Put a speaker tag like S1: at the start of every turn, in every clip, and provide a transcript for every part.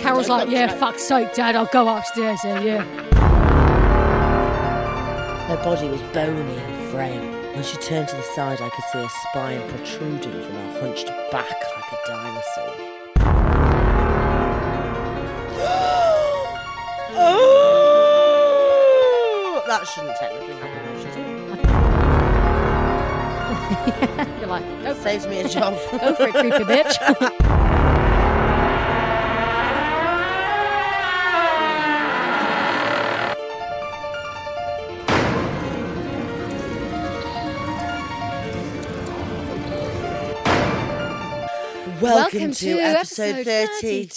S1: Carol's like, yeah, fuck's sake, Dad, I'll go upstairs then, yeah.
S2: Her body was bony and frail. When she turned to the side, I could see her spine protruding from her hunched back like a dinosaur. oh! That shouldn't technically happen, should it?
S1: You're like, go,
S2: That saves me a job.
S1: go for it, creepy bitch.
S2: Welcome,
S1: Welcome
S2: to,
S1: to
S2: episode
S1: episode
S2: 32,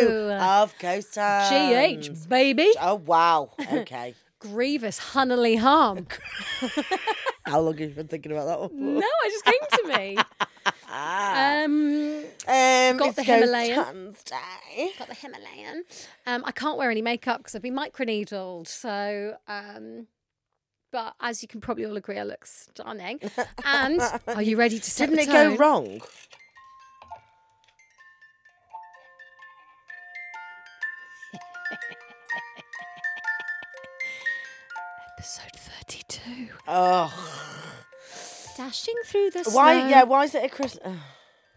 S1: 32
S2: of Ghost Time.
S1: GH, baby.
S2: Oh, wow. Okay.
S1: Grievous, hunnily harm.
S2: How long have you been thinking about that one? for?
S1: No, it just came to me. Um,
S2: Um,
S1: Got
S2: it's
S1: the
S2: Ghost
S1: Himalayan.
S2: Time's Day.
S1: got the Himalayan. Um, I can't wear any makeup because I've been microneedled. So, um, but as you can probably all agree, I look stunning. And are you ready to set
S2: Didn't
S1: the
S2: it go
S1: tone?
S2: wrong?
S1: Episode thirty-two.
S2: Oh,
S1: Dashing through the
S2: why?
S1: snow.
S2: Yeah, why is it a Christmas?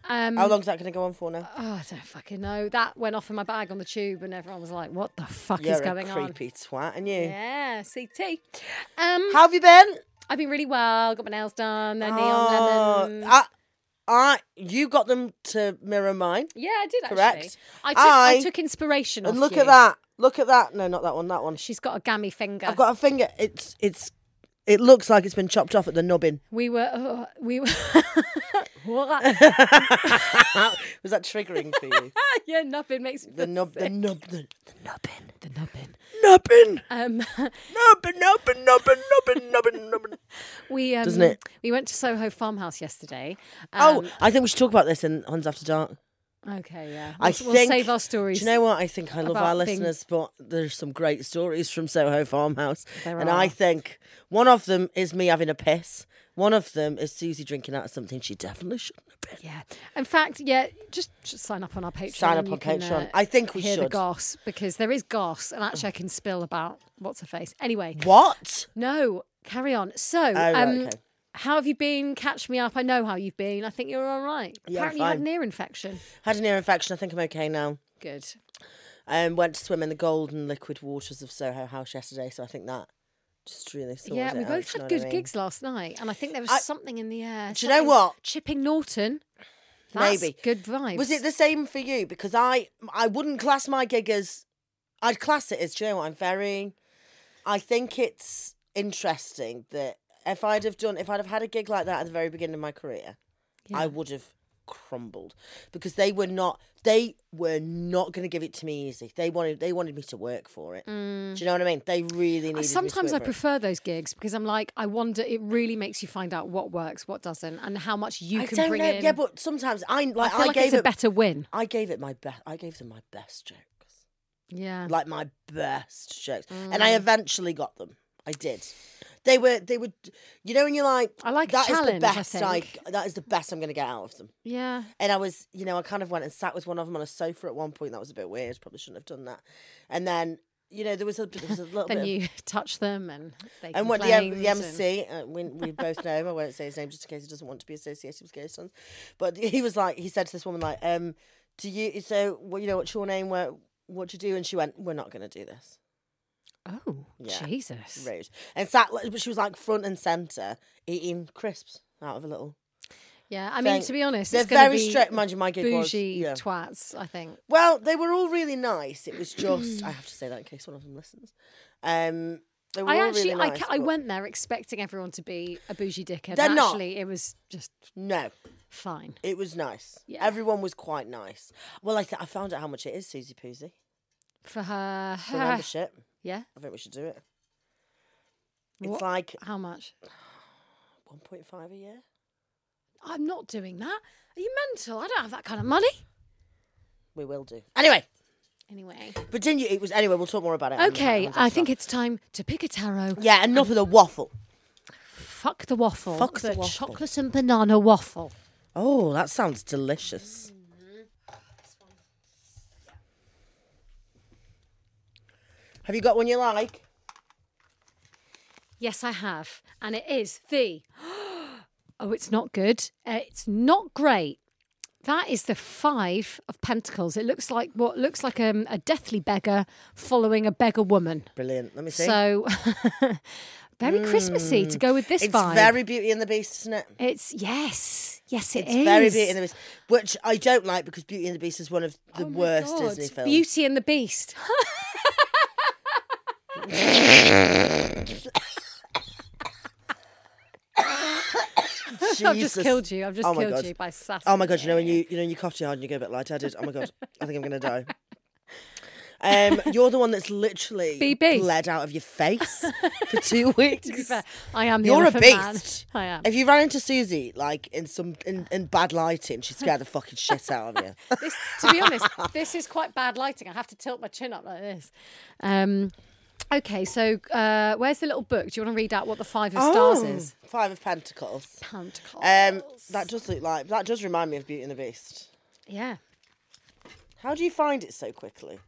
S1: Um,
S2: How long's that going to go on for now?
S1: Oh, I don't fucking know. That went off in my bag on the tube, and everyone was like, "What the fuck
S2: You're
S1: is going
S2: a
S1: on?"
S2: creepy twat, and you.
S1: Yeah, CT. Um,
S2: How have you been?
S1: I've been really well. Got my nails done. They're
S2: Oh,
S1: neon lemon.
S2: I, I, ah, you got them to mirror mine,
S1: Yeah, I did actually.
S2: correct.
S1: I took, I,
S2: I-
S1: took inspiration.
S2: and
S1: off
S2: look
S1: you.
S2: at that. Look at that. No, not that one. That one.
S1: She's got a gammy finger.
S2: I've got a finger. It's it's. It looks like it's been chopped off at the nubbin.
S1: We were. oh, we were.
S2: Was that triggering for you?
S1: yeah, nubbin makes me
S2: The
S1: feel
S2: nub, the
S1: sick.
S2: nub, the, the nubbin,
S1: The nubbin.
S2: nubbin,
S1: Um,
S2: nubbin, nubbin, nubbin, nubbin, nubbin, nubbin.
S1: we um,
S2: Doesn't it?
S1: We went to Soho Farmhouse yesterday.
S2: Oh,
S1: Um,
S2: I think we should talk about this in Huns After Dark.
S1: okay, yeah. We'll,
S2: I
S1: s- we'll
S2: think-
S1: save our
S2: Do
S1: stories.
S2: you know what? I think I love our
S1: about being-
S2: listeners, but there's some great stories from Soho Farmhouse.
S1: There
S2: and
S1: are.
S2: I think one of them is me having a piss. One of them is Susie drinking out of something she definitely shouldn't have been.
S1: Yeah. In fact, yeah, just, just sign up on our Patreon.
S2: Sign
S1: and
S2: up
S1: you
S2: on
S1: can,
S2: Patreon.
S1: uh,
S2: I think we
S1: hear the
S2: should.
S1: goss because there is goss, and actually, I can spill about what's her face. Anyway,
S2: What? Oh,
S1: no, carry on. So,
S2: right,
S1: um,
S2: okay.
S1: how have you been? Catch me up. I know how you've been. I think you're all right.
S2: Yeah,
S1: Apparently, you had
S2: fine.
S1: an ear infection.
S2: Had an ear infection. I think I'm okay now.
S1: Good.
S2: Um, went to swim in the golden liquid waters of Soho House yesterday, so I think that just really sorted
S1: yeah, we
S2: it out, do you
S1: both
S2: know
S1: had
S2: what
S1: good
S2: I mean?
S1: gigs last night, and I think there was something in the air.
S2: Do you know
S1: something-
S2: what?
S1: Chipping Norton. That's
S2: Maybe.
S1: good vibes.
S2: Was it the same for you? Because I I wouldn't class my gig as I'd class it as do you know what I'm very I think it's interesting that if I'd have done if I'd have had a gig like that at the very beginning of my career, I would have crumbled. Because they were not they were not gonna give it to me easy. They wanted they wanted me to work for it. Do you know what I mean? They really needed me to
S1: Sometimes Mm. I
S2: work for it.
S1: prefer those gigs because I'm like, I wonder. It really makes you find out what works, what doesn't, and how much you
S2: I
S1: can
S2: don't
S1: bring
S2: know.
S1: in.
S2: Yeah, but sometimes I
S1: I
S2: like
S1: feel
S2: I,
S1: like
S2: gave
S1: it's a
S2: it
S1: better win.
S2: I gave it my best I gave them my best jokes.
S1: Yeah.
S2: like my best jokes, and
S1: Mm.
S2: I eventually got them. I did. They were they were, you know, when you're like,
S1: I like a
S2: that is
S1: challenge,
S2: the
S1: I
S2: best I,
S1: think.
S2: that is the best I'm going to get out of them.
S1: yeah.
S2: And I was, you know, I kind of went and sat with one of them on a sofa at one point. That was a bit weird. Probably shouldn't have done that. And then, you know, there was a, there was a little bit.
S1: Then
S2: of-
S1: you touch them and they
S2: and what the,
S1: complained
S2: M- the
S1: and-
S2: MC, uh, we, we both know him. I won't say his name just in case he doesn't want to be associated with ghost sons. But he was like, he said to this woman, like, um, do you? So, well, you know, what's your name? What what do you do? And she went, we're not going to do this.
S1: Oh,
S2: Yeah.
S1: Jesus.
S2: rude. And sat, li- but she was like front and center eating crisps out of a little.
S1: Yeah. I mean,
S2: Thank-
S1: to be honest,
S2: They're
S1: it's gonna
S2: very
S1: be
S2: strict, mind you. My gig was
S1: bougie
S2: yeah.
S1: twats, I think.
S2: Well, they were all really nice. It was just I have to say that in case one of them listens. Um, they were
S1: I
S2: all
S1: actually,
S2: really nice,
S1: I, ca- I
S2: but
S1: went there expecting everyone to be a bougie dickhead.
S2: They're
S1: and
S2: not.
S1: Actually, it was just
S2: No,
S1: fine.
S2: it was nice.
S1: Yeah.
S2: Everyone was quite nice. Well, I th- I found out how much it is, Susie Poozy,
S1: For her,
S2: for membership.
S1: yeah.
S2: I think we should do it. It's
S1: What-
S2: like
S1: How much?
S2: one point five a year.
S1: I'm not doing that. Are you mental? I don't have that kind of money.
S2: We will do anyway.
S1: Anyway,
S2: But didn't you? It was anyway. We'll talk more about it. on-
S1: okay.
S2: on
S1: I
S2: Saturday.
S1: think it's time to pick a tarot.
S2: yeah. Enough of the waffle.
S1: Fuck the waffle.
S2: Fuck the waffle.
S1: chocolate and banana waffle.
S2: Oh, that sounds delicious. Have you got one you like?
S1: Yes, I have. And it is the. Oh, it's not good. Uh, it's not great. That is the five of pentacles. It looks like what looks like um, a deathly beggar following a beggar woman.
S2: Brilliant. Let me see.
S1: So very Christmassy to go with this
S2: it's
S1: vibe.
S2: very Beauty and the Beast, isn't it?
S1: It's yes, yes, it
S2: It's very
S1: is.
S2: Beauty and the Beast, which I don't like because Beauty and the Beast is one of the
S1: Oh my
S2: worst
S1: God.
S2: Disney films.
S1: Beauty and the Beast. I've just
S2: Jesus.
S1: killed you. I've just
S2: Oh my
S1: killed
S2: God.
S1: you by sass.
S2: Oh my god! You know when you you know when you cough too hard and you go a bit lightheaded. Oh my god! I think I'm gonna die. Um, you're the one that's literally
S1: BB.
S2: bled out of your face for two weeks.
S1: To be fair, I am. The
S2: You're a
S1: elephant man.
S2: beast.
S1: I am.
S2: If you ran into Susie like in some in, in bad lighting, she'd scare the fucking shit out of you.
S1: This, to be honest, this is quite bad lighting. I have to tilt my chin up like this. Um, okay, so uh, where's the little book? Do you want to read out what the five of stars is?
S2: Five of Pentacles.
S1: Pentacles.
S2: Oh. Um, that does look like that does remind me of Beauty and the Beast.
S1: yeah.
S2: How do you find it so quickly?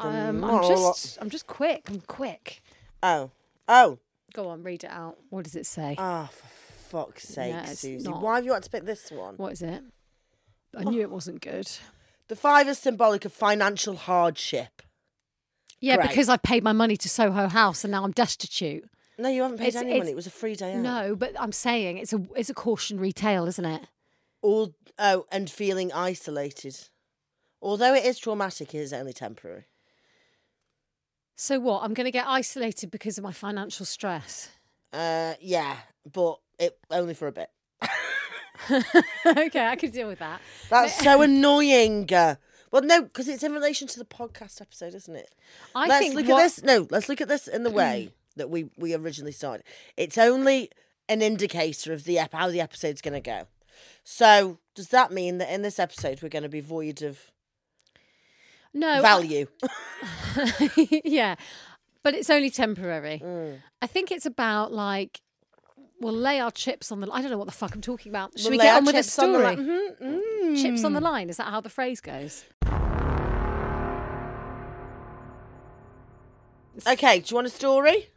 S1: Um, I'm
S2: not a lot.
S1: just, I'm just quick. I'm quick.
S2: Oh, oh,
S1: Go on, read it out. What does it say?
S2: ah! for fuck's sake,
S1: Yeah, it's
S2: Susie!
S1: not.
S2: Why have you had to pick this one?
S1: What is it?
S2: oh.
S1: I knew it wasn't good.
S2: The five is symbolic of financial hardship.
S1: Yeah,
S2: Great.
S1: because I paid my money to Soho House and now I'm destitute.
S2: No, you haven't paid
S1: It's-
S2: anyone.
S1: it's-
S2: It was a free day out.
S1: No, but I'm saying it's a it's a cautionary tale, isn't it?
S2: All oh, and feeling isolated. Although it is traumatic, it is only temporary.
S1: So what? I'm going to get isolated because of my financial stress.
S2: Uh, yeah, but it only for a bit.
S1: okay, I could deal with that.
S2: That's so annoying. Uh, Well, no, because it's in relation to the podcast episode, isn't it?
S1: I
S2: let's
S1: think
S2: look
S1: what-
S2: at this. No, let's look at this in the way that we we originally started. It's only an indicator of the ep- how the episode's going to go. So, does that mean that in this episode we're going to be void of
S1: No,
S2: value?
S1: yeah, but it's only temporary.
S2: Mm.
S1: I think it's about like we'll lay our chips on the. I don't know what the fuck I'm talking about. Should we
S2: lay
S1: get
S2: our
S1: on with this
S2: chips on the
S1: story?
S2: li- Mhm, mm.
S1: Chips on the line. Is that how the phrase goes? Mm-hmm.
S2: Okay, do you want a story?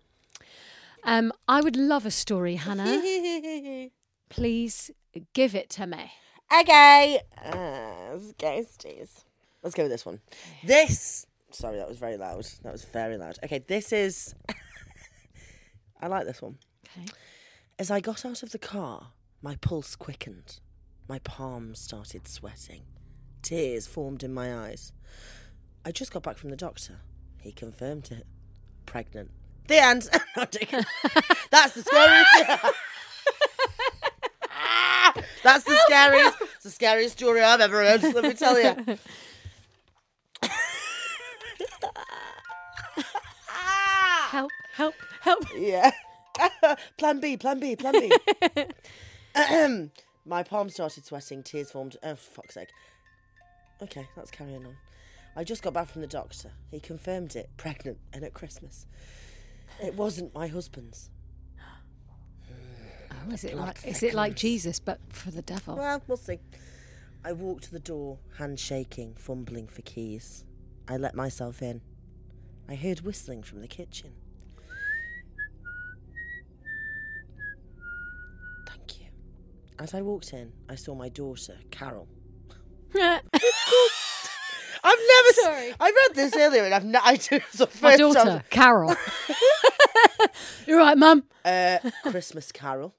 S1: Um, I would love a story,
S2: Mm-hmm.
S1: Hannah. Please give it to me.
S2: okay. Uh, ghosties. Let's go with this one. This. Sorry, that was very loud. That was very loud. Okay, this is. I like this one.
S1: Okay.
S2: As I got out of the car, my pulse quickened. My palms started sweating. Tears formed in my eyes. I just got back from the doctor. He confirmed it. Pregnant. The end. No, I'm joking. That's the scariest. That's the scariest. It's the scariest story I've ever heard. Let me tell you.
S1: Help! Help! Help!
S2: Yeah. plan B, plan B, plan B. Ahem. My palms started sweating, tears formed. Oh, fuck's sake. Okay, that's carrying on. I just got back from the doctor. He confirmed it, pregnant and at Christmas. It wasn't my husband's.
S1: Oh, is it like is it like Jesus but for the devil?
S2: Well, we'll see. I walked to the door, hand shaking, fumbling for keys. I let myself in. I heard whistling from the kitchen. Thank you. As I walked in, I saw my daughter, Carol. I've never.
S1: Sorry.
S2: I read this earlier, and I've not. I do it's the first
S1: My
S2: time-
S1: daughter, Carol. You're right, Mum.
S2: Uh, Christmas Carol.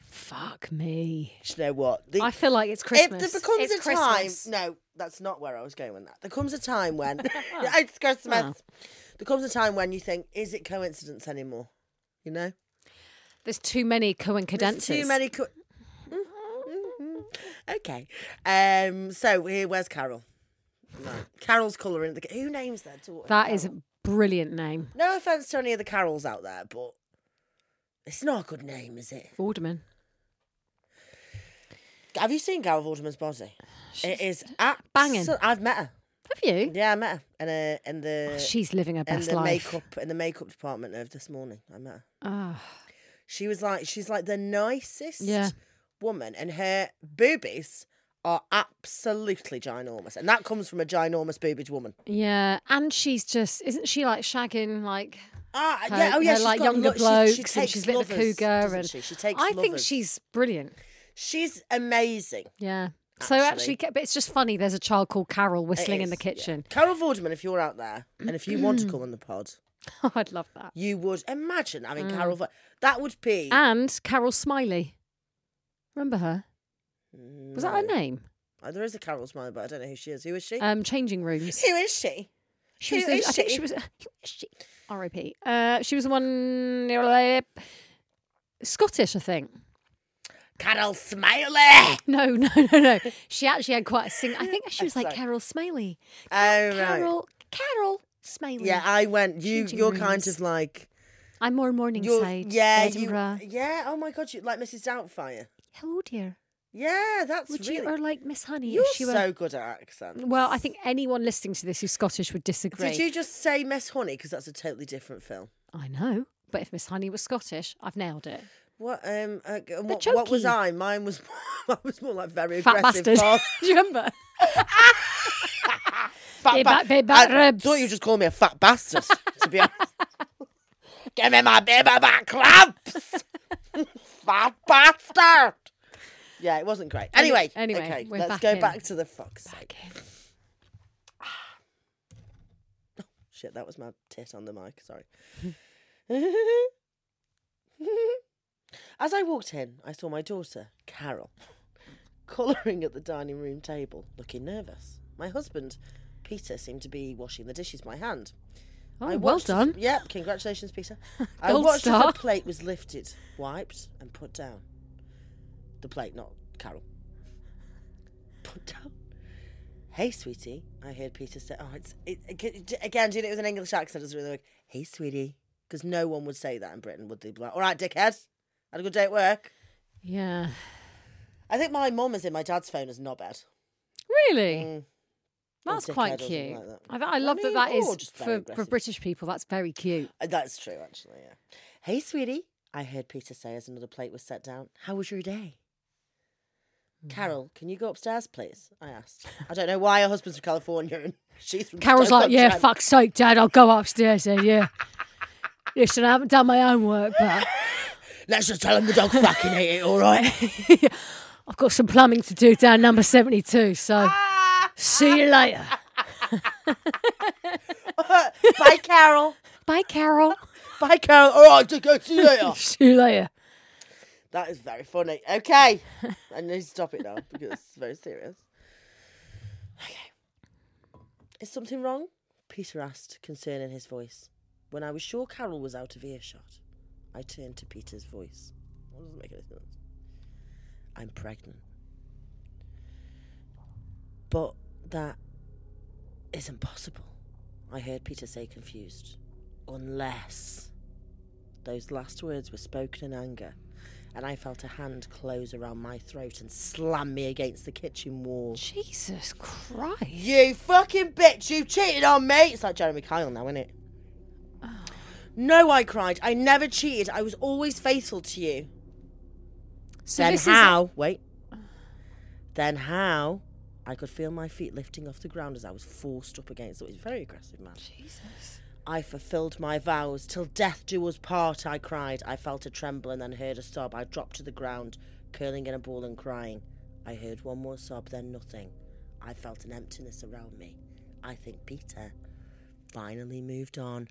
S1: Fuck me.
S2: Do you know what? The-
S1: I feel like it's Christmas.
S2: If there becomes
S1: it's
S2: a
S1: Christmas.
S2: time, no, that's not where I was going with that. There comes a time when it's Christmas. There comes a time when you think, is it coincidence anymore? You know,
S1: There's too many coincidences.
S2: There's too many. Co- Mm-hmm, okay, um, so here, where's Carol? No. Carol's colouring. The- who names their daughter?
S1: That is a
S2: Carol?
S1: brilliant name.
S2: No offense to any of the Carols out there, but it's not a good name, is it?
S1: Alderman.
S2: Have you seen Carol Vorderman's body? It is
S1: banging.
S2: abso- I've met her.
S1: Have you?
S2: Yeah, I met her in, a, in the
S1: She's living her
S2: and
S1: best
S2: the
S1: life.
S2: makeup in the makeup department of this morning. I met her.
S1: Ah,
S2: She was like, she's like the nicest
S1: Yeah.
S2: woman, and her boobies are absolutely ginormous, and that comes from a ginormous boobage woman.
S1: Yeah, and she's just isn't she like shagging like
S2: Ah,
S1: Her-
S2: yeah, oh yeah,
S1: her,
S2: she's
S1: like,
S2: got
S1: younger
S2: lo- she- she
S1: blokes and
S2: takes
S1: she's little
S2: lovers,
S1: cougar
S2: doesn't
S1: and-
S2: she? She takes.
S1: I think
S2: lovers.
S1: she's brilliant.
S2: she's amazing.
S1: Yeah. So
S2: Actually.
S1: actually, ca- but it's just funny. There's a child called Carol whistling
S2: It
S1: in the
S2: is, yeah.
S1: kitchen.
S2: Carol Vorderman, if you're out there and if you want to come on the pod,
S1: Oh, I'd love that.
S2: you would imagine having Carol. Vor- that would be.
S1: Mm. And Carol Smiley. Remember her? Was that her name?
S2: Oh, there is a Carol Smiley, but I don't know who she is. Who is she?
S1: Um, changing rooms.
S2: who is she?
S1: She was.
S2: who
S1: The,
S2: is
S1: I think
S2: she?
S1: she was. Who is she? R.I.P. Uh, she was the one. Scottish, I think.
S2: Carol Smiley.
S1: No, no, no, no. She actually had quite a sing. I think she was like
S2: Sorry.
S1: Carol Smiley.
S2: Oh right.
S1: Carol, Carol Smiley.
S2: Yeah, I went. You,
S1: Changing
S2: you're kind
S1: rooms.
S2: of like.
S1: I'm more
S2: You're,
S1: Morningside.
S2: yeah, you,
S1: Edinburgh.
S2: yeah. Oh my God, you like Mrs. Doubtfire.
S1: Hello, dear.
S2: Yeah, that's
S1: Would
S2: really.
S1: you or like Miss Honey?
S2: you're
S1: if she
S2: so
S1: were,
S2: good at accents.
S1: well, I think anyone listening to this who's Scottish would disagree.
S2: Did you just say Miss Honey? Because that's a totally different film.
S1: I know, but if Miss Honey was Scottish, I've nailed it.
S2: What um uh, g- what, what was
S1: chokey.
S2: I? Mine was mine was more like very
S1: Fat
S2: aggressive.
S1: bastard.
S2: Fat,
S1: Do you remember?
S2: fat,
S1: Big
S2: ba-
S1: ba- big back
S2: I
S1: ribs.
S2: thought you just called me a fat bastard. to be honest, give me my baby back cramps. fat bastard. Yeah, it wasn't great.
S1: Any-
S2: Anyway,
S1: anyway,
S2: okay,
S1: we're
S2: let's
S1: back
S2: go
S1: in.
S2: back to the fox.
S1: Oh,
S2: Shit, that was my tit on the mic. Sorry. As I walked in, I saw my daughter, Carol, colouring at the dining room table, looking nervous. My husband, Peter, seemed to be washing the dishes by hand.
S1: Oh, well
S2: watched as-
S1: done.
S2: yep, congratulations, Peter. I
S1: Gold
S2: watched as
S1: star.
S2: the plate was lifted, wiped, and put down. The plate, not Carol. Put down. Hey, sweetie, I heard Peter say. Oh, it's it, it- again doing it with an English accent doesn't really work. Hey, sweetie, because no one would say that in Britain, would they? Be like, all right, dickhead, had a good day at work.
S1: Yeah.
S2: I think my mum is in my dad's phone as knobhead.
S1: Really?
S2: Mm.
S1: That's
S2: dickhead
S1: quite
S2: or something
S1: cute.
S2: like that.
S1: I, I love
S2: mean,
S1: that that
S2: or
S1: is
S2: just very
S1: for, for
S2: aggressive.
S1: British people. That's very cute.
S2: Uh, That's true, actually. Yeah. Hey, sweetie, I heard Peter say as another plate was set down. How was your day?
S1: Hmm.
S2: Carol, can you go upstairs, please? I asked. I don't know why her husband's from California and she's from.
S1: Carol's like, yeah,
S2: Stoke-on-Trent."
S1: fuck's sake, Dad, I'll go upstairs then, yeah. Listen, I haven't done my own work, but
S2: Let's just tell him the dog fucking ate it, all right?
S1: I've got some plumbing to do down number 72, so see you later.
S2: Bye, Carol.
S1: Bye, Carol.
S2: Bye, Carol. All right, go see you later.
S1: See you later.
S2: That is very funny. Okay. I need to stop it now because it's very serious. Okay. Is something wrong? Peter asked, concern in his voice. When I was sure Carol was out of earshot, I turned to Peter's voice. That doesn't make any sense. I'm pregnant. But that isn't possible, I heard Peter say, confused. Unless. Those last words were spoken in anger and I felt a hand close around my throat and slam me against the kitchen wall.
S1: Jesus Christ.
S2: You fucking bitch, you cheated on me! It's like Jeremy Kyle now, isn't it?
S1: Oh.
S2: No, I cried. I never cheated. I was always faithful to you.
S1: So
S2: then
S1: this
S2: how? Wait. Then how? I could feel my feet lifting off the ground as I was forced up against it. It was very aggressive, man.
S1: Is, Jesus.
S2: I fulfilled my vows. Till death do us part, I cried. I felt a tremble and then heard a sob. I dropped to the ground, curling in a ball and crying. I heard one more sob, then nothing. I felt an emptiness around me. I think Peter finally moved on.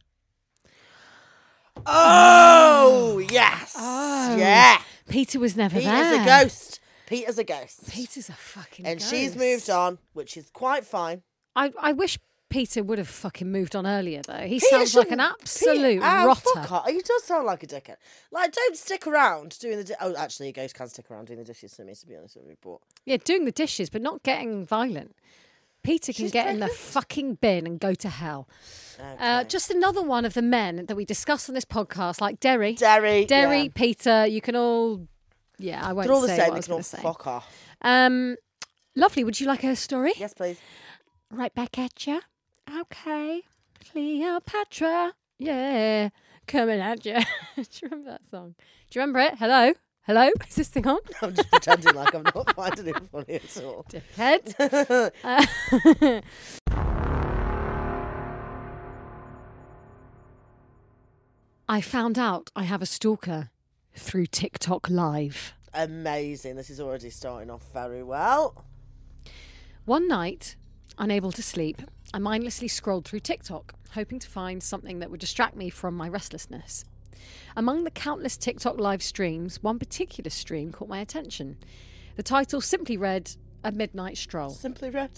S2: Oh, yes.
S1: Oh.
S2: Yeah.
S1: Peter was never
S2: Peter's
S1: there.
S2: a ghost. Peter's a ghost.
S1: Peter's a fucking
S2: and
S1: ghost.
S2: she's moved on, which is quite fine.
S1: I, I wish Peter would have fucking moved on earlier, though. He
S2: Peter
S1: sounds like an
S2: shouldn't-
S1: absolute
S2: Pete- oh,
S1: rotter.
S2: fuck off. He does sound like a dickhead. Like, don't stick around doing the. Di- oh, actually, a ghost can stick around doing the dishes to me. To be honest with you, but
S1: Yeah, doing the dishes, but not getting violent. Peter can
S2: She's
S1: get in the
S2: pregnant.
S1: fucking bin and go to hell. Uh,
S2: okay.
S1: just another one of the men that we discuss on this podcast, like Derry.
S2: Derry,
S1: Derry,
S2: yeah.
S1: Peter, you can all. Yeah, I won't
S2: they're all the
S1: say
S2: same.
S1: what I
S2: They
S1: was
S2: can all
S1: going to say.
S2: fuck off.
S1: Um, lovely. Would you like her story?
S2: Yes, please.
S1: Right back at ya. Okay, Cleopatra. Yeah, coming at ya. Do you remember that song? Do you remember it? Hello, Hello? Is this thing on?
S2: I'm just pretending like I'm not finding it funny at all.
S1: Head. I found out I have a stalker through TikTok Live.
S2: Amazing. This is already starting off very well.
S1: One night, unable to sleep, I mindlessly scrolled through TikTok, hoping to find something that would distract me from my restlessness. Among the countless TikTok live streams, one particular stream caught my attention. The title simply read A Midnight Stroll.
S2: Simply read.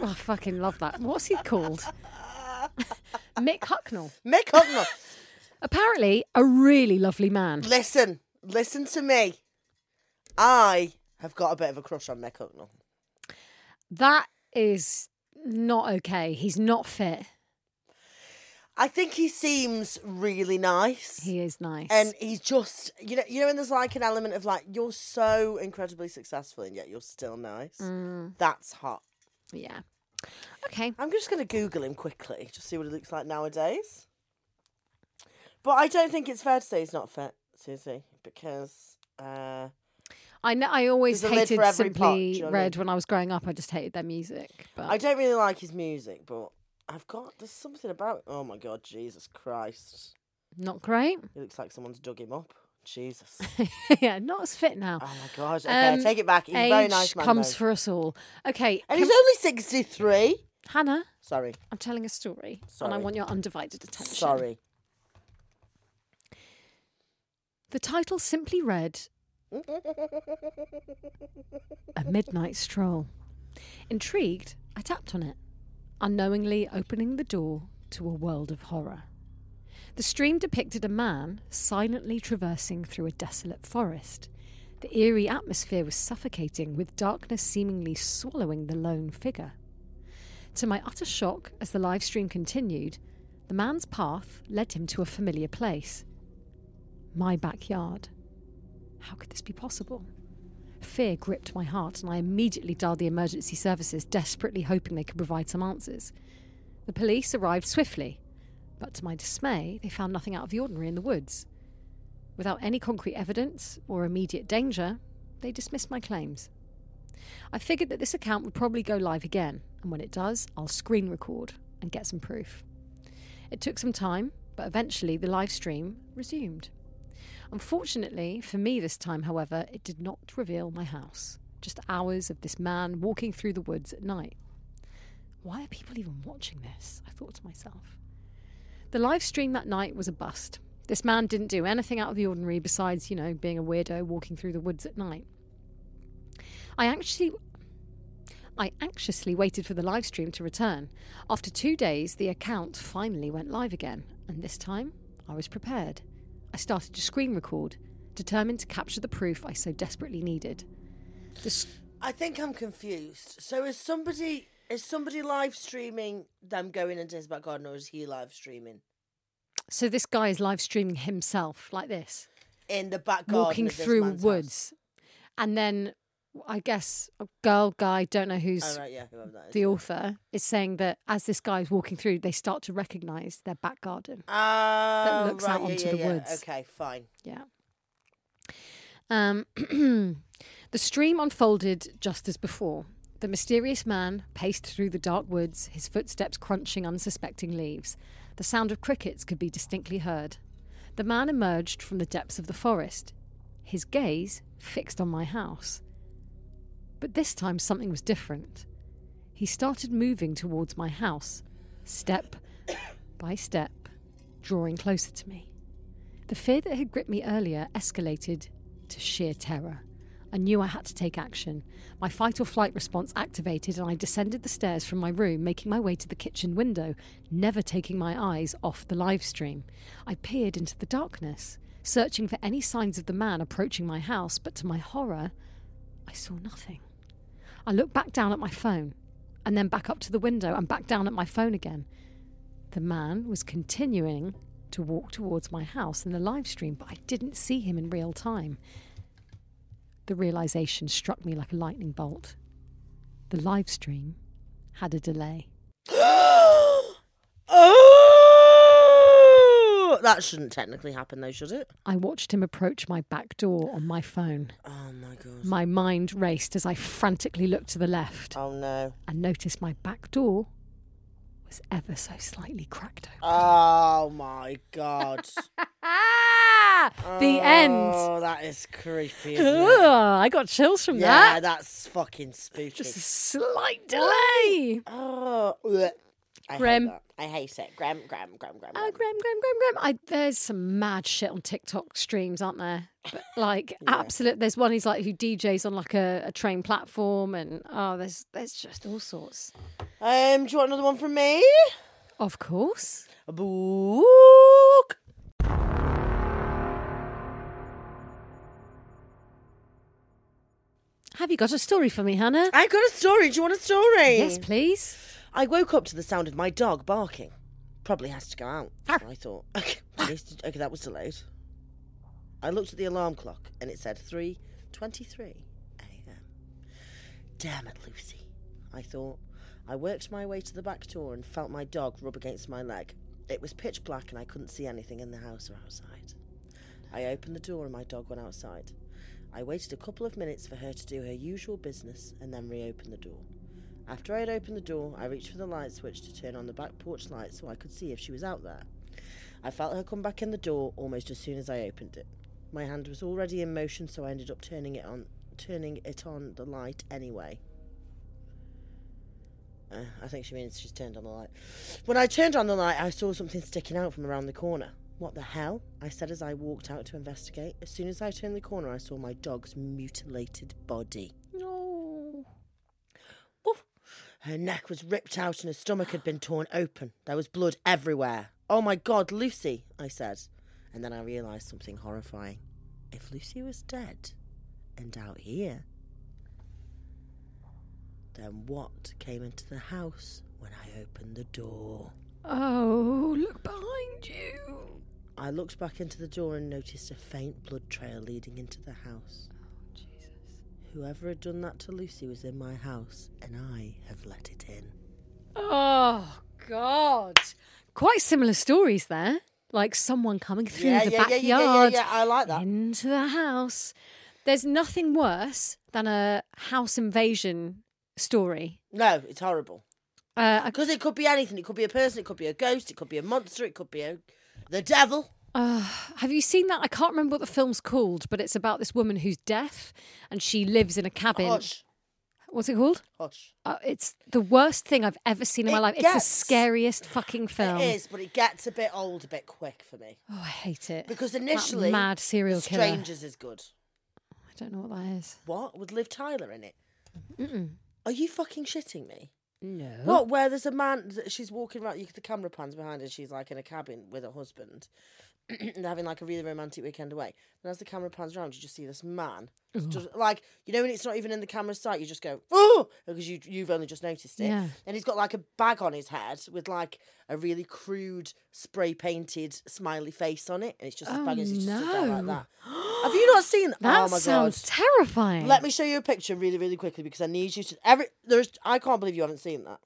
S1: Oh, I fucking love that. What's he called? Mick Hucknall.
S2: Mick Hucknall.
S1: Apparently, a really lovely man.
S2: listen, listen to me. I have got a bit of a crush on Mick Hucknall.
S1: That is not okay. He's not fit.
S2: I think he seems really nice.
S1: He is nice.
S2: and he's just you know you know when there's like an element of like you're so incredibly successful and yet you're still nice
S1: Mm.
S2: that's hot
S1: yeah. Okay.
S2: i'm just going to google him quickly just see what he looks like nowadays but i don't think it's fair to say he's not fit susie because uh
S1: I know I always
S2: There's a lid
S1: hated
S2: for every pot, do
S1: Simply
S2: you know what I mean?
S1: Red when I was growing up. I just hated their music. But
S2: i don't really like his music but i've got there's something about oh my god jesus christ
S1: not great.
S2: he looks like someone's dug him up jesus
S1: yeah, not as fit now.
S2: oh my god okay
S1: Um,
S2: take it back he's a
S1: Age
S2: very nice man
S1: comes
S2: though.
S1: for us all. Okay,
S2: and
S1: can-
S2: he's only 63
S1: Hannah,
S2: sorry
S1: I'm telling a story, and I
S2: Sorry.
S1: want your undivided attention.
S2: sorry
S1: The title simply read A Midnight Stroll. Intrigued, I tapped on it, unknowingly opening the door to a world of horror. The stream depicted a man silently traversing through a desolate forest. The eerie atmosphere was suffocating, with darkness seemingly swallowing the lone figure. To my utter shock, as the live stream continued, the man's path led him to a familiar place my backyard. How could this be possible? Fear gripped my heart, and I immediately dialed the emergency services, desperately hoping they could provide some answers. The police arrived swiftly, but to my dismay, they found nothing out of the ordinary in the woods. Without any concrete evidence or immediate danger, they dismissed my claims. I figured that this account would probably go live again, and when it does, I'll screen record and get some proof. It took some time, but eventually the live stream resumed. Unfortunately, for me this time, however, it did not reveal my house. Just hours of this man walking through the woods at night. Why are people even watching this? I thought to myself. The live stream that night was a bust. This man didn't do anything out of the ordinary besides, you know, being a weirdo walking through the woods at night. I actually I anxiously waited for the live stream to return. After two days, the account finally went live again, and this time I was prepared. I started to screen record, determined to capture the proof I so desperately needed. The s-
S2: I think I'm confused. So is somebody is somebody live streaming them going into his back garden, or is he live streaming
S1: so this guy is live streaming himself like this,
S2: in the back garden,
S1: walking
S2: of this
S1: through
S2: man's house?
S1: woods, and then I guess a girl, guy, don't know who's
S2: Oh right, yeah, whoever that is.
S1: the author, is saying that as this guy is walking through, they start to recognise their back garden.
S2: Ah,
S1: looks
S2: right,
S1: out
S2: yeah,
S1: onto
S2: yeah,
S1: the
S2: yeah.
S1: woods.
S2: Okay, fine.
S1: Yeah. Um, the stream unfolded just as before. The mysterious man paced through the dark woods, his footsteps crunching unsuspecting leaves. The sound of crickets could be distinctly heard. The man emerged from the depths of the forest, his gaze fixed on my house. But this time something was different. He started moving towards my house, step by step, drawing closer to me. The fear that had gripped me earlier escalated to sheer terror. I knew I had to take action. My fight or flight response activated, and I descended the stairs from my room, making my way to the kitchen window, never taking my eyes off the live stream. I peered into the darkness, searching for any signs of the man approaching my house, but to my horror, I saw nothing. I looked back down at my phone, and then back up to the window, and back down at my phone again. The man was continuing to walk towards my house in the live stream, but I didn't see him in real time. The realization struck me like a lightning bolt. The live stream had a delay.
S2: oh, that that shouldn't technically happen though, should it?
S1: I watched him approach my back door on my phone.
S2: Oh my god.
S1: My mind raced as I frantically looked to the left
S2: Oh no.
S1: and noticed my back door was ever so slightly cracked open.
S2: Oh my god.
S1: Ah! The end.
S2: Oh, that is creepy. Isn't it?
S1: Ugh, I got chills from
S2: Yeah,
S1: that.
S2: that's fucking spooky.
S1: Just a slight delay.
S2: Oh, bleh. I
S1: Grim.
S2: Hate that. I hate it. Graham, Graham, Graham, Graham.
S1: Oh, Graham, Graham, Graham, Graham. I, there's some mad shit on TikTok streams, aren't there? But like, absolute. There's one he's like who DJs on like a, a train platform, and oh, there's there's just all sorts.
S2: Um, do you want another one from me?
S1: Of course,
S2: A book.
S1: have you got a story for me, Hannah?
S2: I got a story. Do you want a story?
S1: Yes, please.
S2: I woke up to the sound of my dog barking. Probably has to go out. I thought. Okay, needs to- okay, that was delayed. I looked at the alarm clock and it said 3:23 a.m. Damn it, Lucy! I thought. I worked my way to the back door and felt my dog rub against my leg. It was pitch black and I couldn't see anything in the house or outside. I opened the door and my dog went outside. I waited a couple of minutes for her to do her usual business and then reopened the door. After I had opened the door, I reached for the light switch to turn on the back porch light so I could see if she was out there. I felt her come back in the door almost as soon as I opened it. My hand was already in motion, so I ended up turning it on, turning it on the light anyway. Uh, I think she means she's turned on the light. When I turned on the light, I saw something sticking out from around the corner. What the hell? I said as I walked out to investigate. As soon as I turned the corner, I saw my dog's mutilated body.
S1: No.
S2: Oof. Her neck was ripped out and her stomach had been torn open. There was blood everywhere. Oh my God, Lucy, I said. And then I realised something horrifying. If Lucy was dead and out here, then what came into the house when I opened the door?
S1: Oh, look behind you.
S2: I looked back into the door and noticed a faint blood trail leading into the house. Whoever had done that to Lucy was in my house and I have let it in.
S1: Oh God. Quite similar stories there. Like someone coming through the backyard.
S2: I like
S1: into the house. There's nothing worse than a house invasion story.
S2: No, it's horrible.
S1: Uh, I-
S2: Because it could be anything. It could be a person. It could be a ghost. It could be a monster. It could be a the devil.
S1: uh, have you seen that? I can't remember what the film's called, but it's about this woman who's deaf and she lives in a cabin.
S2: Hush,
S1: What's it called?
S2: hush.
S1: Uh, it's the worst thing I've ever seen in my
S2: It
S1: life. It's
S2: gets-
S1: the scariest fucking film.
S2: It is, but it gets a bit old, a bit quick for me.
S1: Oh, I hate it.
S2: Because
S1: That
S2: initially,
S1: mad serial killer.
S2: Strangers is good.
S1: I don't know what that is.
S2: What with Liv Tyler in it?
S1: Mm-mm.
S2: Are you fucking shitting me?
S1: No.
S2: What? Where there's a man? that She's walking around. You, the camera pans behind her. She's like in a cabin with her husband, and having like a really romantic weekend away. And as the camera pans around, you just see this man. stood- like you know, when it's not even in the camera's sight, you just go oh because you you've only just noticed it.
S1: Yeah.
S2: And he's got like a bag on his head with like a really crude spray painted smiley face on it, and it's just
S1: Oh,
S2: his bag is just stood there like
S1: no.
S2: that. Have you not seen that?
S1: That
S2: oh my god!
S1: sounds terrifying.
S2: Let me show you a picture really, really quickly because I need you to every. There's I can't believe you haven't seen that.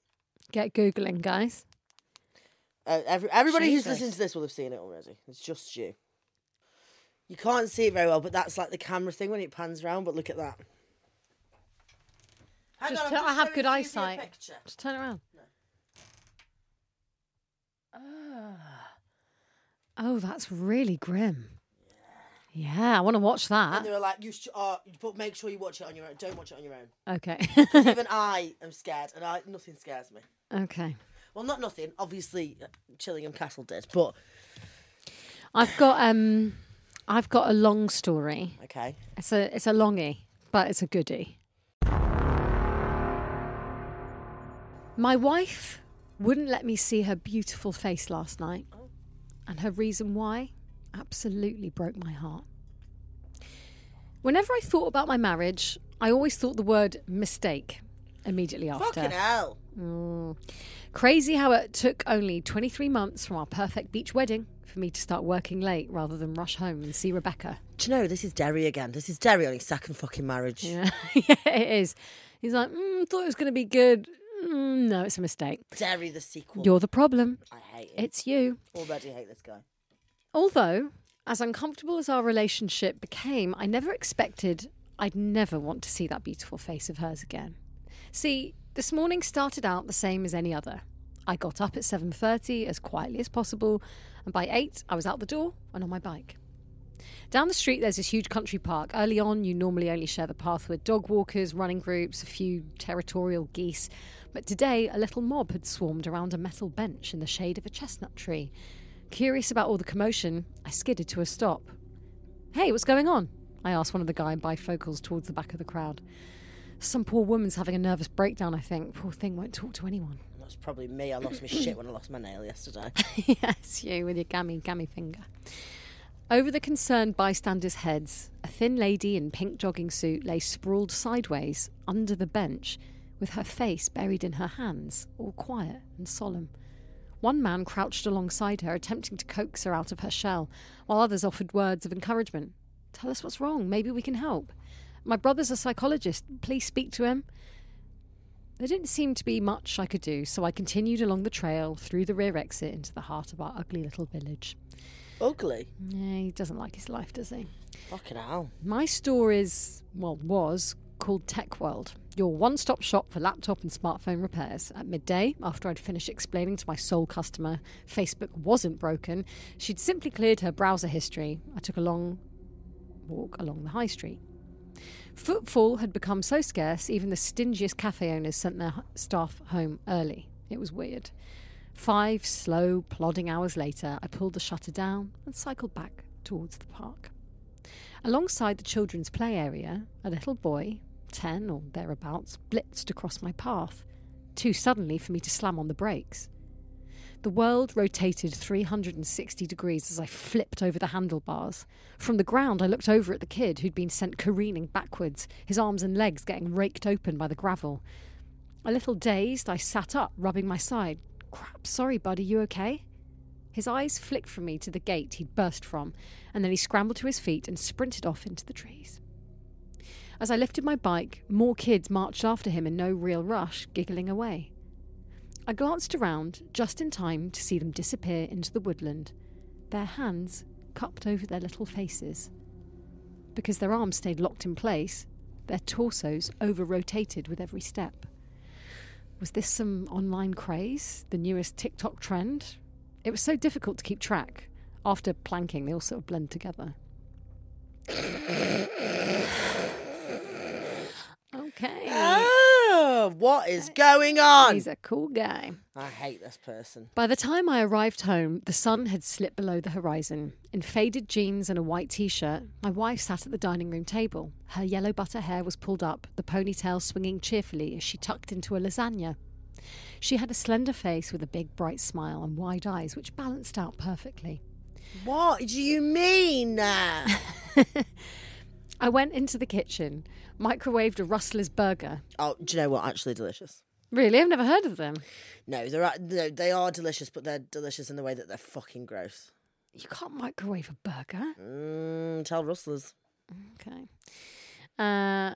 S1: Get Googling, guys.
S2: Uh, every, everybody
S1: Jesus.
S2: who's listening to this will have seen it already. It's just you. You can't see it very well, but that's like the camera thing when it pans around. But look at that. Hang on,
S1: Just
S2: I'm
S1: tell- I have
S2: showing
S1: good
S2: you a
S1: eyesight.
S2: picture.
S1: Just turn it around. Oh, that's really grim. Yeah, I want to watch
S2: And
S1: that.
S2: they were like, "You sh- uh, but make sure you watch it on your own. Don't watch it on your own."
S1: Okay.
S2: 'Cause even I am scared, and I nothing scares me.
S1: okay.
S2: Well, not nothing. Obviously, uh, Chillingham Castle did, but
S1: I've got um I've got a long story.
S2: okay.
S1: It's a it's a longie, but it's a E. goodie. My wife wouldn't let me see her beautiful face last night. And her reason why absolutely broke my heart. Whenever I thought about my marriage, I always thought the word mistake immediately after.
S2: Fucking hell!
S1: Crazy how it took only 23 months from our perfect beach wedding for me to start working late rather than rush home and see Rebecca.
S2: Do you know this is Derry again? This is Derry on his second fucking marriage.
S1: Yeah, yeah it is. He's like, mm, thought it was going to be good. Mm, no, it's a mistake.
S2: Derry the sequel.
S1: You're the problem.
S2: I hate it.
S1: It's you.
S2: Already hate this guy.
S1: Although, as uncomfortable as our relationship became, I never expected I'd never want to see that beautiful face of hers again. See, this morning started out the same as any other. I got up at 7:30 as quietly as possible, and by 8 I was out the door and on my bike. Down the street, there's this huge country park. Early on, you normally only share the path with dog walkers, running groups, a few territorial geese. But today, a little mob had swarmed around a metal bench in the shade of a chestnut tree. Curious about all the commotion, I skidded to a stop. Hey, what's going on? I asked one of the guy in bifocals towards the back of the crowd. Some poor woman's having a nervous breakdown, I think. Poor thing won't talk to anyone.
S2: That's probably me. I lost my shit when I lost my nail yesterday.
S1: yes, you with your gammy, gammy finger. Over the concerned bystanders' heads, a thin lady in pink jogging suit lay sprawled sideways under the bench with her face buried in her hands, all quiet and solemn. One man crouched alongside her, attempting to coax her out of her shell, while others offered words of encouragement. Tell us what's wrong. Maybe we can help. My brother's a psychologist. Please speak to him. There didn't seem to be much I could do, so I continued along the trail through the rear exit into the heart of our ugly little village.
S2: Ugly.
S1: Yeah, he doesn't like his life, does he?
S2: Fucking hell.
S1: My store is, well, was called Tech World, your one stop shop for laptop and smartphone repairs. At midday, after I'd finished explaining to my sole customer Facebook wasn't broken, she'd simply cleared her browser history. I took a long walk along the high street. Footfall had become so scarce, even the stingiest cafe owners sent their h- staff home early. It was weird. Five slow, plodding hours later, I pulled the shutter down and cycled back towards the park. Alongside the children's play area, a little boy, 10 or thereabouts, blitzed across my path, too suddenly for me to slam on the brakes. The world rotated 360 degrees as I flipped over the handlebars. From the ground, I looked over at the kid who'd been sent careening backwards, his arms and legs getting raked open by the gravel. A little dazed, I sat up, rubbing my side. Crap, sorry, buddy, you okay? His eyes flicked from me to the gate he'd burst from, and then he scrambled to his feet and sprinted off into the trees. As I lifted my bike, more kids marched after him in no real rush, giggling away. I glanced around just in time to see them disappear into the woodland, their hands cupped over their little faces. Because their arms stayed locked in place, their torsos over rotated with every step. Was this some online craze? The newest TikTok trend? It was so difficult to keep track. After planking, they all sort of blend together. okay.
S2: Oh, what is going on?
S1: He's a cool guy.
S2: I hate this person.
S1: By the time I arrived home, the sun had slipped below the horizon. In faded jeans and a white t shirt, my wife sat at the dining room table. Her yellow butter hair was pulled up, the ponytail swinging cheerfully as she tucked into a lasagna. She had a slender face with a big, bright smile and wide eyes, which balanced out perfectly.
S2: What do you mean? uh?
S1: I went into the kitchen, microwaved a rustler's burger.
S2: oh, do you know what? Actually, delicious.
S1: Really? I've never heard of them.
S2: No, they're a- no, they are delicious, but they're delicious in the way that they're fucking gross.
S1: You can't microwave a burger.
S2: Mm, tell rustlers.
S1: Okay. Uh,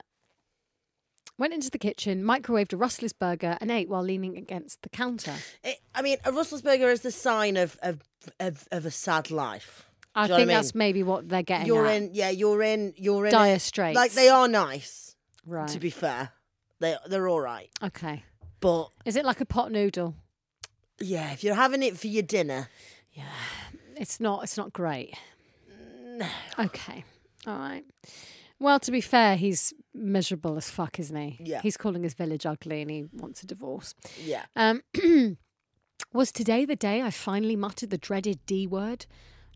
S1: went into the kitchen, microwaved a Rustler's burger, and ate while leaning against the counter.
S2: It, I mean, a rustlers burger is the sign of of of, of a sad life. Do
S1: I
S2: you know what
S1: think
S2: I
S1: that's maybe what they're getting.
S2: You're
S1: at.
S2: in, yeah, you're in, you're in
S1: dire
S2: it.
S1: straits.
S2: Like they are nice.
S1: right.
S2: To be fair, they they're all right.
S1: okay.
S2: But
S1: Is it like a pot noodle?
S2: yeah, if you're having it for your dinner,
S1: It's not. It's not great. No. Okay. All right. Well, to be fair, he's miserable as fuck, isn't he?
S2: Yeah.
S1: He's calling his village ugly, and he wants a divorce.
S2: yeah,
S1: Um, was today the day I finally muttered the dreaded D word?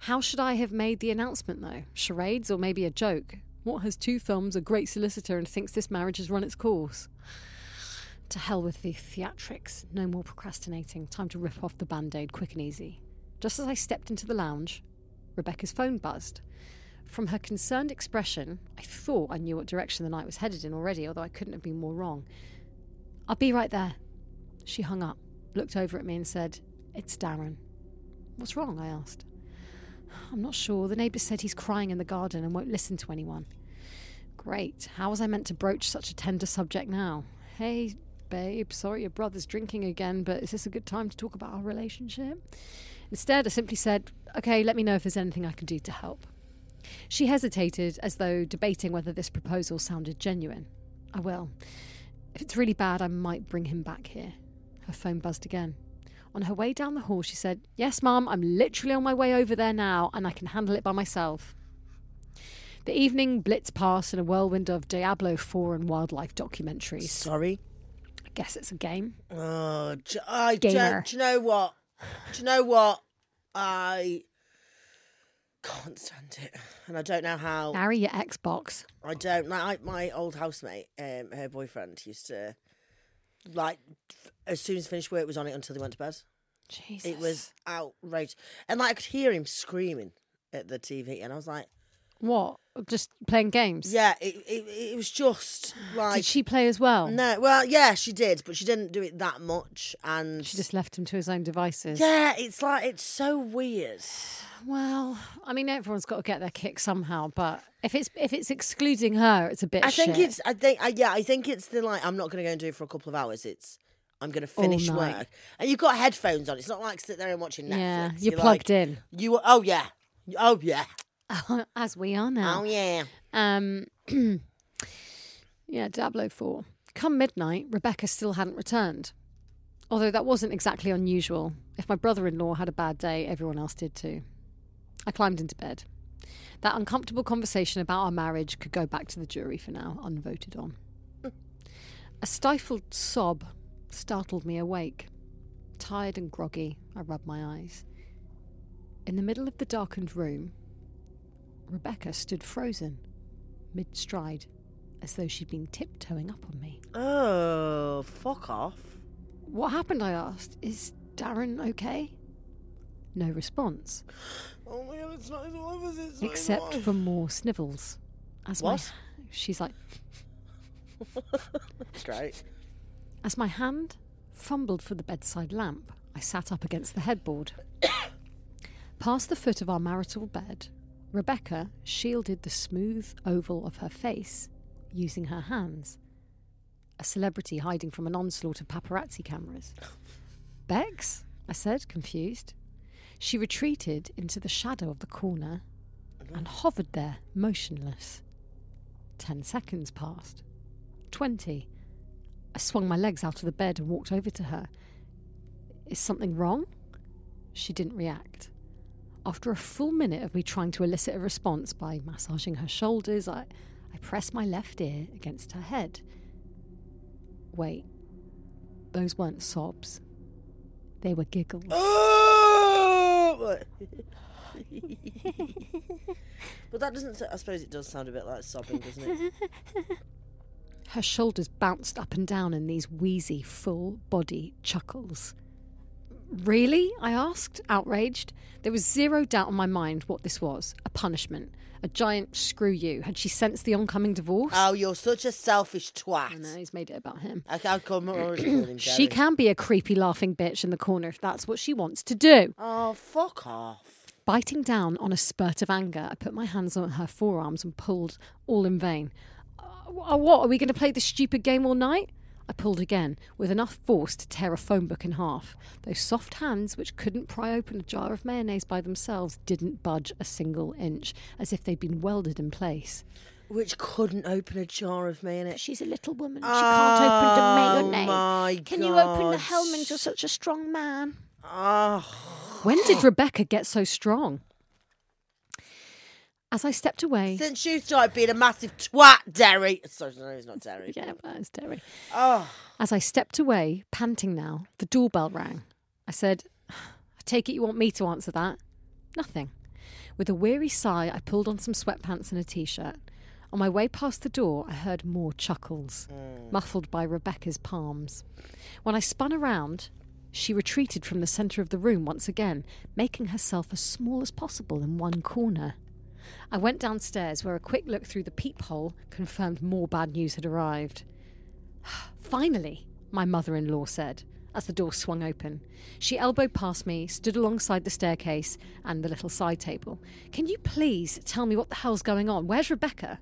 S1: How should I have made the announcement, though? Charades or maybe a joke? What has two thumbs, a great solicitor, and thinks this marriage has run its course? To hell with the theatrics. No more procrastinating. Time to rip off the band aid quick and easy. Just as I stepped into the lounge, Rebecca's phone buzzed. From her concerned expression, I thought I knew what direction the night was headed in already, although I couldn't have been more wrong. I'll be right there. She hung up, looked over at me, and said, It's Darren. What's wrong? I asked. I'm not sure. The neighbour said he's crying in the garden and won't listen to anyone. Great. How was I meant to broach such a tender subject now? Hey, babe, sorry your brother's drinking again, but is this a good time to talk about our relationship? Instead, I simply said, Okay, let me know if there's anything I can do to help. She hesitated as though debating whether this proposal sounded genuine. I will. If it's really bad, I might bring him back here. Her phone buzzed again. On her way down the hall, she said, Yes, Mum, I'm literally on my way over there now and I can handle it by myself. The evening blitzed past in a whirlwind of Diablo 4 and wildlife documentaries.
S2: Sorry.
S1: I guess it's a game.
S2: Oh, j- I do,
S1: Gamer.
S2: do you know what? Do you know what? I can't stand it, and I don't know how.
S1: Marry your Xbox.
S2: I don't. My my old housemate, um, her boyfriend used to like f- as soon as finished work was on it until they went to bed.
S1: Jesus.
S2: It was outrageous, and like I could hear him screaming at the TV, and I was like,
S1: What? Just playing games?
S2: "Yeah, it it, it was just like."
S1: Did she play as well?
S2: no, well, yeah, she did, but she didn't do it that much, and
S1: She just left him to his own devices.
S2: yeah, it's like it's so weird.
S1: Well, I mean, everyone's got to get their kick somehow, but if it's if it's excluding her, it's a bit.
S2: I think
S1: shit.
S2: it's. I think. I, yeah, I think it's the like. I'm not going to go and do it for a couple of hours. It's. I'm going to finish
S1: night.
S2: work, and you've got headphones on. It's not like sit there and watching Netflix.
S1: yeah, you're, plugged in,
S2: in. You. Oh yeah. Oh yeah.
S1: as we are
S2: Oh
S1: now.
S2: yeah.
S1: Um, yeah, Diablo Four. Come midnight, Rebecca still hadn't returned. Although that wasn't exactly unusual. If my brother-in-law had a bad day, everyone else did too. I climbed into bed. That uncomfortable conversation about our marriage could go back to the jury for now, unvoted on. A stifled sob startled me awake. Tired and groggy, I rubbed my eyes. In the middle of the darkened room, Rebecca stood frozen, mid stride, as though she'd been tiptoeing up on me.
S2: Oh fuck off.
S1: What happened? I asked. Is Darren okay? No response,
S2: Oh my god, it's not his office. It's not his
S1: except
S2: office.
S1: for more snivels. As my-
S2: What?
S1: she's like,
S2: Great.
S1: As my hand fumbled for the bedside lamp, I sat up against the headboard. Past the foot of our marital bed, Rebecca shielded the smooth oval of her face using her hands. A celebrity hiding from an onslaught of paparazzi cameras. Bex? I said, confused. She retreated into the shadow of the corner and hovered there, motionless. Ten seconds passed. Twenty. I swung my legs out of the bed and walked over to her. Is something wrong? She didn't react. After a full minute of me trying to elicit a response by massaging her shoulders, I, I pressed my left ear against her head. Wait, those weren't sobs. They were giggles.
S2: Oh. but that doesn't. s- I suppose it does sound a bit like sobbing, doesn't it?
S1: Her shoulders bounced up and down in these wheezy, full body chuckles. Really? I asked, outraged. There was zero doubt in my mind what this was a punishment, a giant screw you. Had she sensed the oncoming divorce?
S2: Oh, you're such a selfish
S1: I know,
S2: twat.
S1: he's made it about him.
S2: I can't come already calling him
S1: She
S2: Darren.
S1: can be a creepy, laughing bitch in the corner if that's what she wants to do.
S2: Oh, fuck off.
S1: Biting down on a spurt of anger, I put my hands on her forearms and pulled, all in vain. Uh, wh- what? Are we going to play this stupid game all night? I pulled again, with enough force to tear a phone book in half. Those soft hands, which couldn't pry open a jar of mayonnaise by themselves, didn't budge a single inch, as if they'd been welded in place.
S2: Which couldn't open a jar of mayonnaise.
S1: She's a little woman. She
S2: can't open the Oh, mayonnaise. my Can you open the God.
S1: Hellman? You're such a strong man.
S2: Oh,
S1: When did Rebecca get so strong? As I stepped away,
S2: since you started being a massive twat, Derry. Sorry, no, it's not Derry.
S1: yeah, but it's Derry.
S2: Oh,
S1: As I stepped away, panting now, the doorbell rang. I said, I take it you want me to answer that? Nothing. With a weary sigh, I pulled on some sweatpants and a t shirt. On my way past the door, I heard more chuckles, muffled by Rebecca's palms. When I spun around, she retreated from the centre of the room once again, making herself as small as possible in one corner. I went downstairs where a quick look through the peephole confirmed more bad news had arrived. Finally, my mother in law said, as the door swung open. She elbowed past me, stood alongside the staircase and the little side table. Can you please tell me what the hell's going on? Where's Rebecca?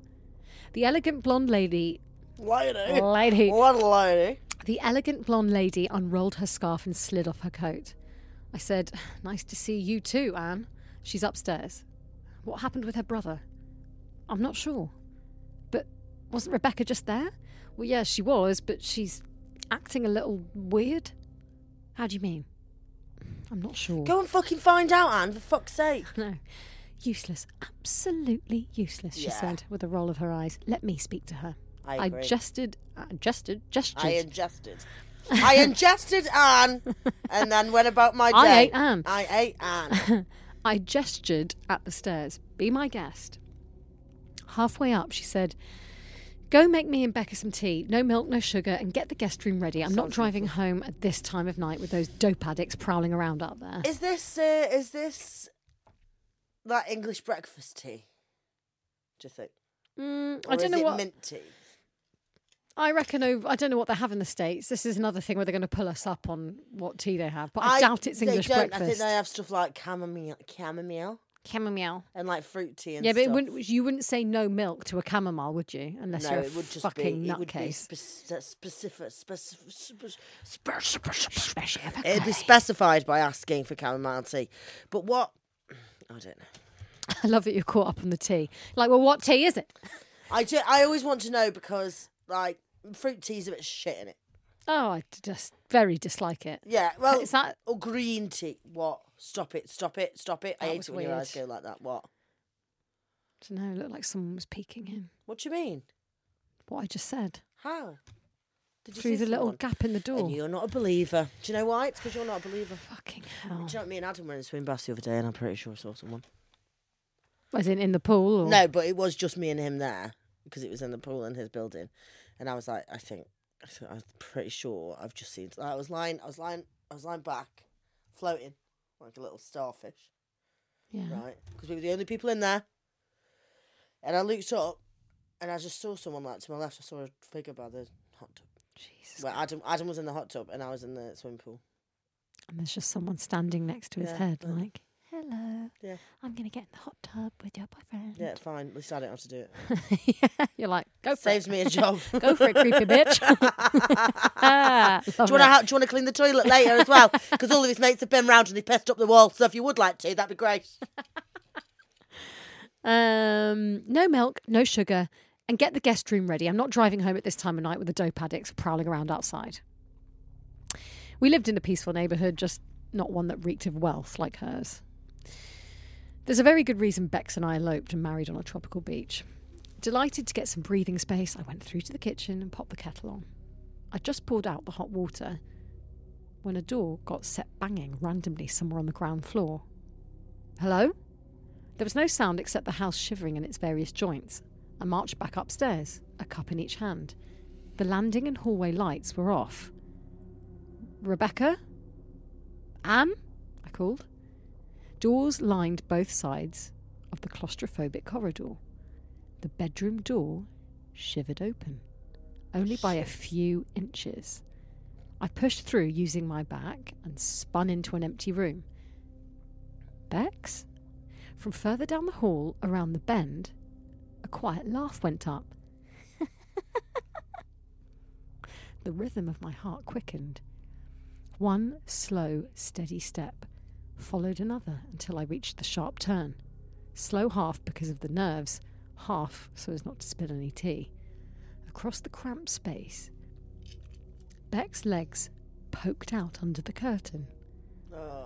S1: The elegant blonde lady.
S2: lady.
S1: Lady.
S2: What a lady.
S1: The elegant blonde lady unrolled her scarf and slid off her coat. I said, Nice to see you too, Anne. She's upstairs. What happened with her brother? I'm not sure. But wasn't Rebecca just there? Well, yeah, she was, but she's acting a little weird. How do you mean? I'm not sure.
S2: Go and fucking find out, Anne, for fuck's sake.
S1: No. Useless. Absolutely useless, she
S2: Yeah.
S1: said with a roll of her eyes. Let me speak to her.
S2: I agree.
S1: gested, I gested, gestured.
S2: I ingested. I ingested Anne and then went about my day.
S1: I ate Anne.
S2: I ate Anne.
S1: I gestured at the stairs. Be my guest. Halfway up, she said, Go make me and Becca some tea. No milk, no sugar, and get the guest room ready. I'm not driving home at this time of night with those dope addicts prowling around up there.
S2: Is this uh, is this that English breakfast tea? Do you think?
S1: Mm,
S2: Or
S1: I don't
S2: is
S1: know
S2: it
S1: what
S2: mint tea.
S1: I reckon. Over, I don't know what they have in the states. This is another thing where they're going to pull us up on what tea they have. But I, doubt it's
S2: they
S1: English
S2: don't. I think
S1: breakfast.
S2: they have stuff like chamomile, chamomile,
S1: Chamomile.
S2: and like fruit tea and
S1: Yeah, but it
S2: stuff.
S1: wouldn't, you wouldn't say no milk to a chamomile, would you? Unless
S2: No,
S1: you're a
S2: it would just
S1: fucking
S2: be. It would be
S1: nutcase.
S2: spec- specific, specific, specific.
S1: Specifically.
S2: It'd be specified by asking for chamomile tea. But what? I don't know.
S1: I love that you're caught up on the tea. Like, well, what tea is it?
S2: I do, I always want to know because like fruit tea's a bit shit in it.
S1: Oh, I d- just very dislike it.
S2: Yeah. Well,
S1: Is that
S2: or green tea. What? Stop it! Stop it! Stop it! I
S1: That
S2: hate
S1: was
S2: it when your eyes go
S1: weird.
S2: like that. What?
S1: I don't know? It looked like someone was peeking him.
S2: What do you mean?
S1: What I just said
S2: How? Did you
S1: through
S2: see
S1: the little
S2: someone?
S1: gap in the door.
S2: And you're not a believer. Do you know why? It's because you're not a believer.
S1: Fucking
S2: Do
S1: hell!
S2: you know what me and Adam were in a swim bath the other day, and I'm pretty sure I saw someone.
S1: As in in the pool? Or?
S2: No, but it was just me and him there because it was in the pool in his building, and I was like, I think, I think I'm pretty sure I've just seen. I was lying, I was lying, I was lying back, floating like a little starfish,
S1: Yeah.
S2: right? Because we were the only people in there, and I looked up, and I just saw someone like to my left. I saw a figure by the hot tub.
S1: Jesus.
S2: Where Adam, Adam was in the hot tub, and I was in the swimming pool.
S1: And there's just someone standing next to his
S2: Yeah,
S1: head,
S2: but-
S1: like, "Hello,
S2: Yeah.
S1: I'm gonna get in the hot tub with your boyfriend."
S2: Yeah, fine. At least I don't have to do it.
S1: Yeah. You're like, "Go for
S2: Saves
S1: it."
S2: me a job.
S1: Go for it, creepy bitch. Ah,
S2: Do you want to do you want to clean the toilet later as well? Because all of his mates have been round and they pissed up the wall. So if you would like to, that'd be great.
S1: Um, no milk, no sugar, and get the guest room ready. I'm not driving home at this time of night with the dope addicts prowling around outside. We lived in a peaceful neighbourhood, just not one that reeked of wealth like hers. There's a very good reason Bex and I eloped and married on a tropical beach. Delighted to get some breathing space, I went through to the kitchen and popped the kettle on. I just poured out the hot water when a door got set banging randomly somewhere on the ground floor. Hello? There was no sound except the house shivering in its various joints. I marched back upstairs, a cup in each hand. The landing and hallway lights were off. Rebecca? Anne? I called. Doors lined both sides of the claustrophobic corridor. The bedroom door shivered open, only by a few inches. I pushed through using my back and spun into an empty room. Bex? From further down the hall, around the bend, a quiet laugh went up. the rhythm of my heart quickened. One slow, steady step followed another until I reached the sharp turn. Slow half because of the nerves, half so as not to spill any tea. Across the cramped space, Beck's legs poked out under the curtain.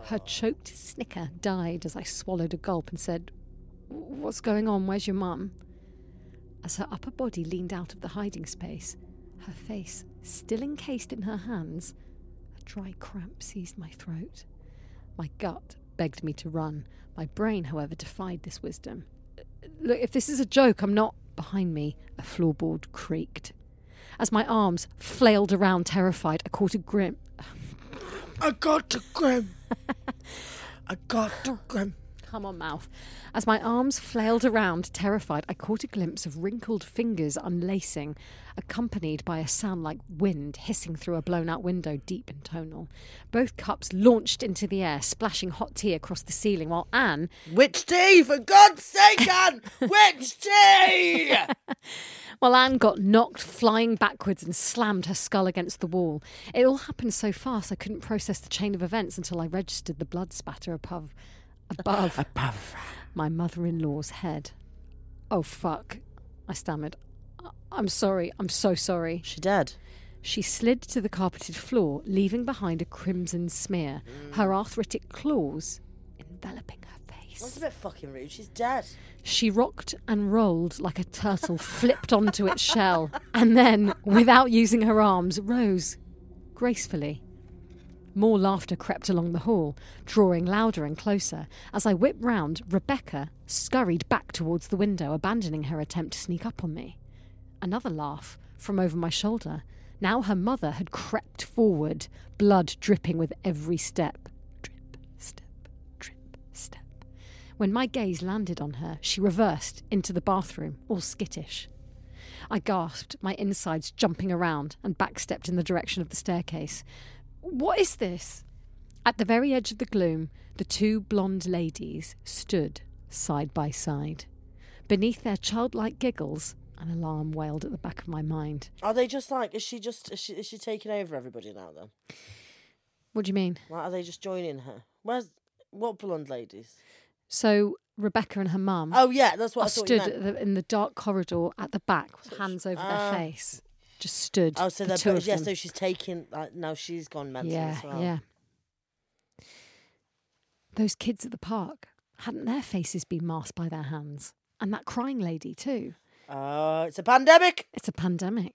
S1: Her choked snicker died as I swallowed a gulp and said, What's going on? Where's your mum? As her upper body leaned out of the hiding space, her face still encased in her hands, a dry cramp seized my throat. My gut begged me to run. My brain, however, defied this wisdom. Look, if this is a joke, I'm not. Behind me, a floorboard creaked. As my arms flailed around, terrified, I caught a grip
S2: I got to grim. I got to grim.
S1: Come on, mouth. As my arms flailed around, terrified, I caught a glimpse of wrinkled fingers unlacing, accompanied by a sound like wind hissing through a blown out window deep and tonal. Both cups launched into the air, splashing hot tea across the ceiling, while Anne
S2: Witch tea, for God's sake, Anne! Witch tea!
S1: Well, Anne got knocked flying backwards and slammed her skull against the wall. It all happened so fast I couldn't process the chain of events until I registered the blood spatter above, above
S2: Above.
S1: my mother-in-law's head. Oh fuck! I stammered. "I- I'm sorry. I'm so sorry.
S2: She dead.
S1: She slid to the carpeted floor, leaving behind a crimson smear. Her arthritic claws enveloping her face.
S2: That's a bit fucking rude. She's dead.
S1: She rocked and rolled like a turtle flipped onto its shell, and then, without using her arms, rose gracefully. More laughter crept along the hall, drawing louder and closer. As I whipped round, Rebecca scurried back towards the window, abandoning her attempt to sneak up on me. Another laugh from over my shoulder. Now her mother had crept forward, blood dripping with every step. Drip, step, drip, step. When my gaze landed on her, she reversed into the bathroom, all skittish. I gasped, my insides jumping around, and backstepped in the direction of the staircase. What is this? At the very edge of the gloom, the two blonde ladies stood side by side. Beneath their childlike giggles, an alarm wailed at the back of my mind.
S2: Are they just like? Is she just? Is she, is she taking over everybody now? Then,
S1: What do you mean?
S2: like, are they just joining her? Where's what blonde ladies?
S1: So Rebecca and her mum
S2: Oh yeah, that's what I,
S1: are
S2: thought.
S1: stood
S2: you meant.
S1: at the, in the dark corridor at the back, with hands over
S2: Ah.
S1: their face, just stood.
S2: Oh, so
S1: the
S2: they're
S1: two
S2: both,
S1: of
S2: yeah.
S1: them.
S2: So she's taking. Like, now she's gone mental
S1: yeah,
S2: as well.
S1: yeah. Those kids at the park hadn't their faces been masked by their hands, and that crying lady too.
S2: Oh, it's a pandemic.
S1: It's a pandemic.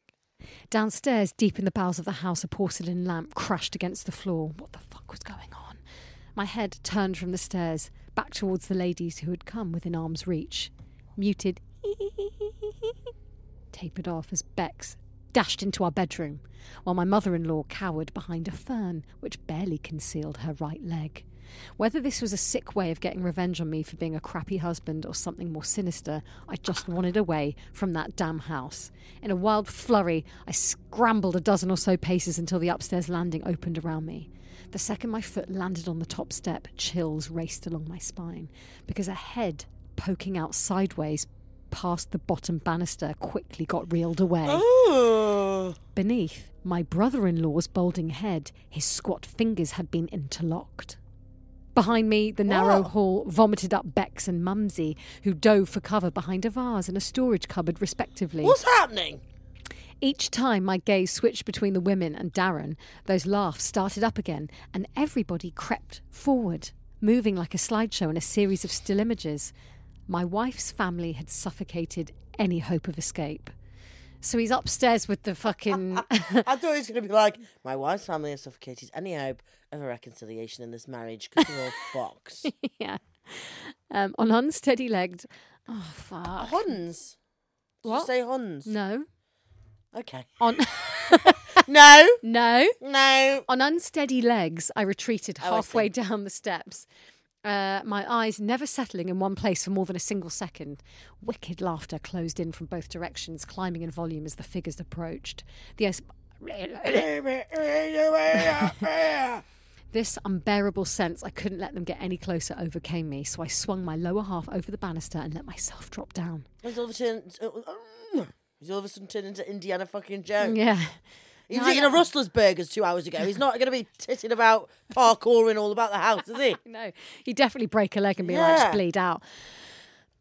S1: Downstairs, deep in the bowels of the house, a porcelain lamp crashed against the floor. What the fuck was going on? My head turned from the stairs back towards the ladies who had come within arm's reach. Muted, tapered off as Bex dashed into our bedroom, while my mother in law cowered behind a fern which barely concealed her right leg. Whether this was a sick way of getting revenge on me for being a crappy husband or something more sinister, I just wanted away from that damn house. In a wild flurry, I scrambled a dozen or so paces until the upstairs landing opened around me. The second my foot landed on the top step, chills raced along my spine because a head poking out sideways past the bottom banister quickly got reeled away.
S2: Oh,
S1: Beneath my brother in law's balding head, his squat fingers had been interlocked. Behind me, the narrow
S2: What?
S1: hall vomited up Bex and Mumsy, who dove for cover behind a vase and a storage cupboard, respectively.
S2: what's happening?
S1: Each time my gaze switched between the women and Darren, those laughs started up again, and everybody crept forward, moving like a slideshow in a series of still images. My wife's family had suffocated any hope of escape. So he's upstairs with the fucking.
S2: I thought he was going to be like, my wife's family has suffocated any hope of a reconciliation in this marriage because we're all fucked.
S1: yeah. Um, on unsteady legged. Oh, fuck.
S2: Huns. Did you
S1: What?
S2: say Huns?
S1: No.
S2: Okay.
S1: On.
S2: No,
S1: no.
S2: no.
S1: On unsteady legs, I retreated
S2: Oh, I
S1: halfway down the steps, uh, my eyes never settling in one place for more than a single second. Wicked laughter closed in from both directions, climbing in volume as the figures approached. The es- This unbearable sense I couldn't let them get any closer overcame me, so I swung my lower half over the banister and let myself drop down.
S2: He's all of a sudden, he's all of a sudden turned into Indiana fucking Jones.
S1: Yeah.
S2: He
S1: No,
S2: was
S1: Mm, I
S2: eating
S1: know.
S2: a Rustler's burgers two hours ago. He's not going to be titting about parkouring all about the house, is he?
S1: No, he'd definitely break a leg and be like,
S2: Yeah.
S1: just bleed out.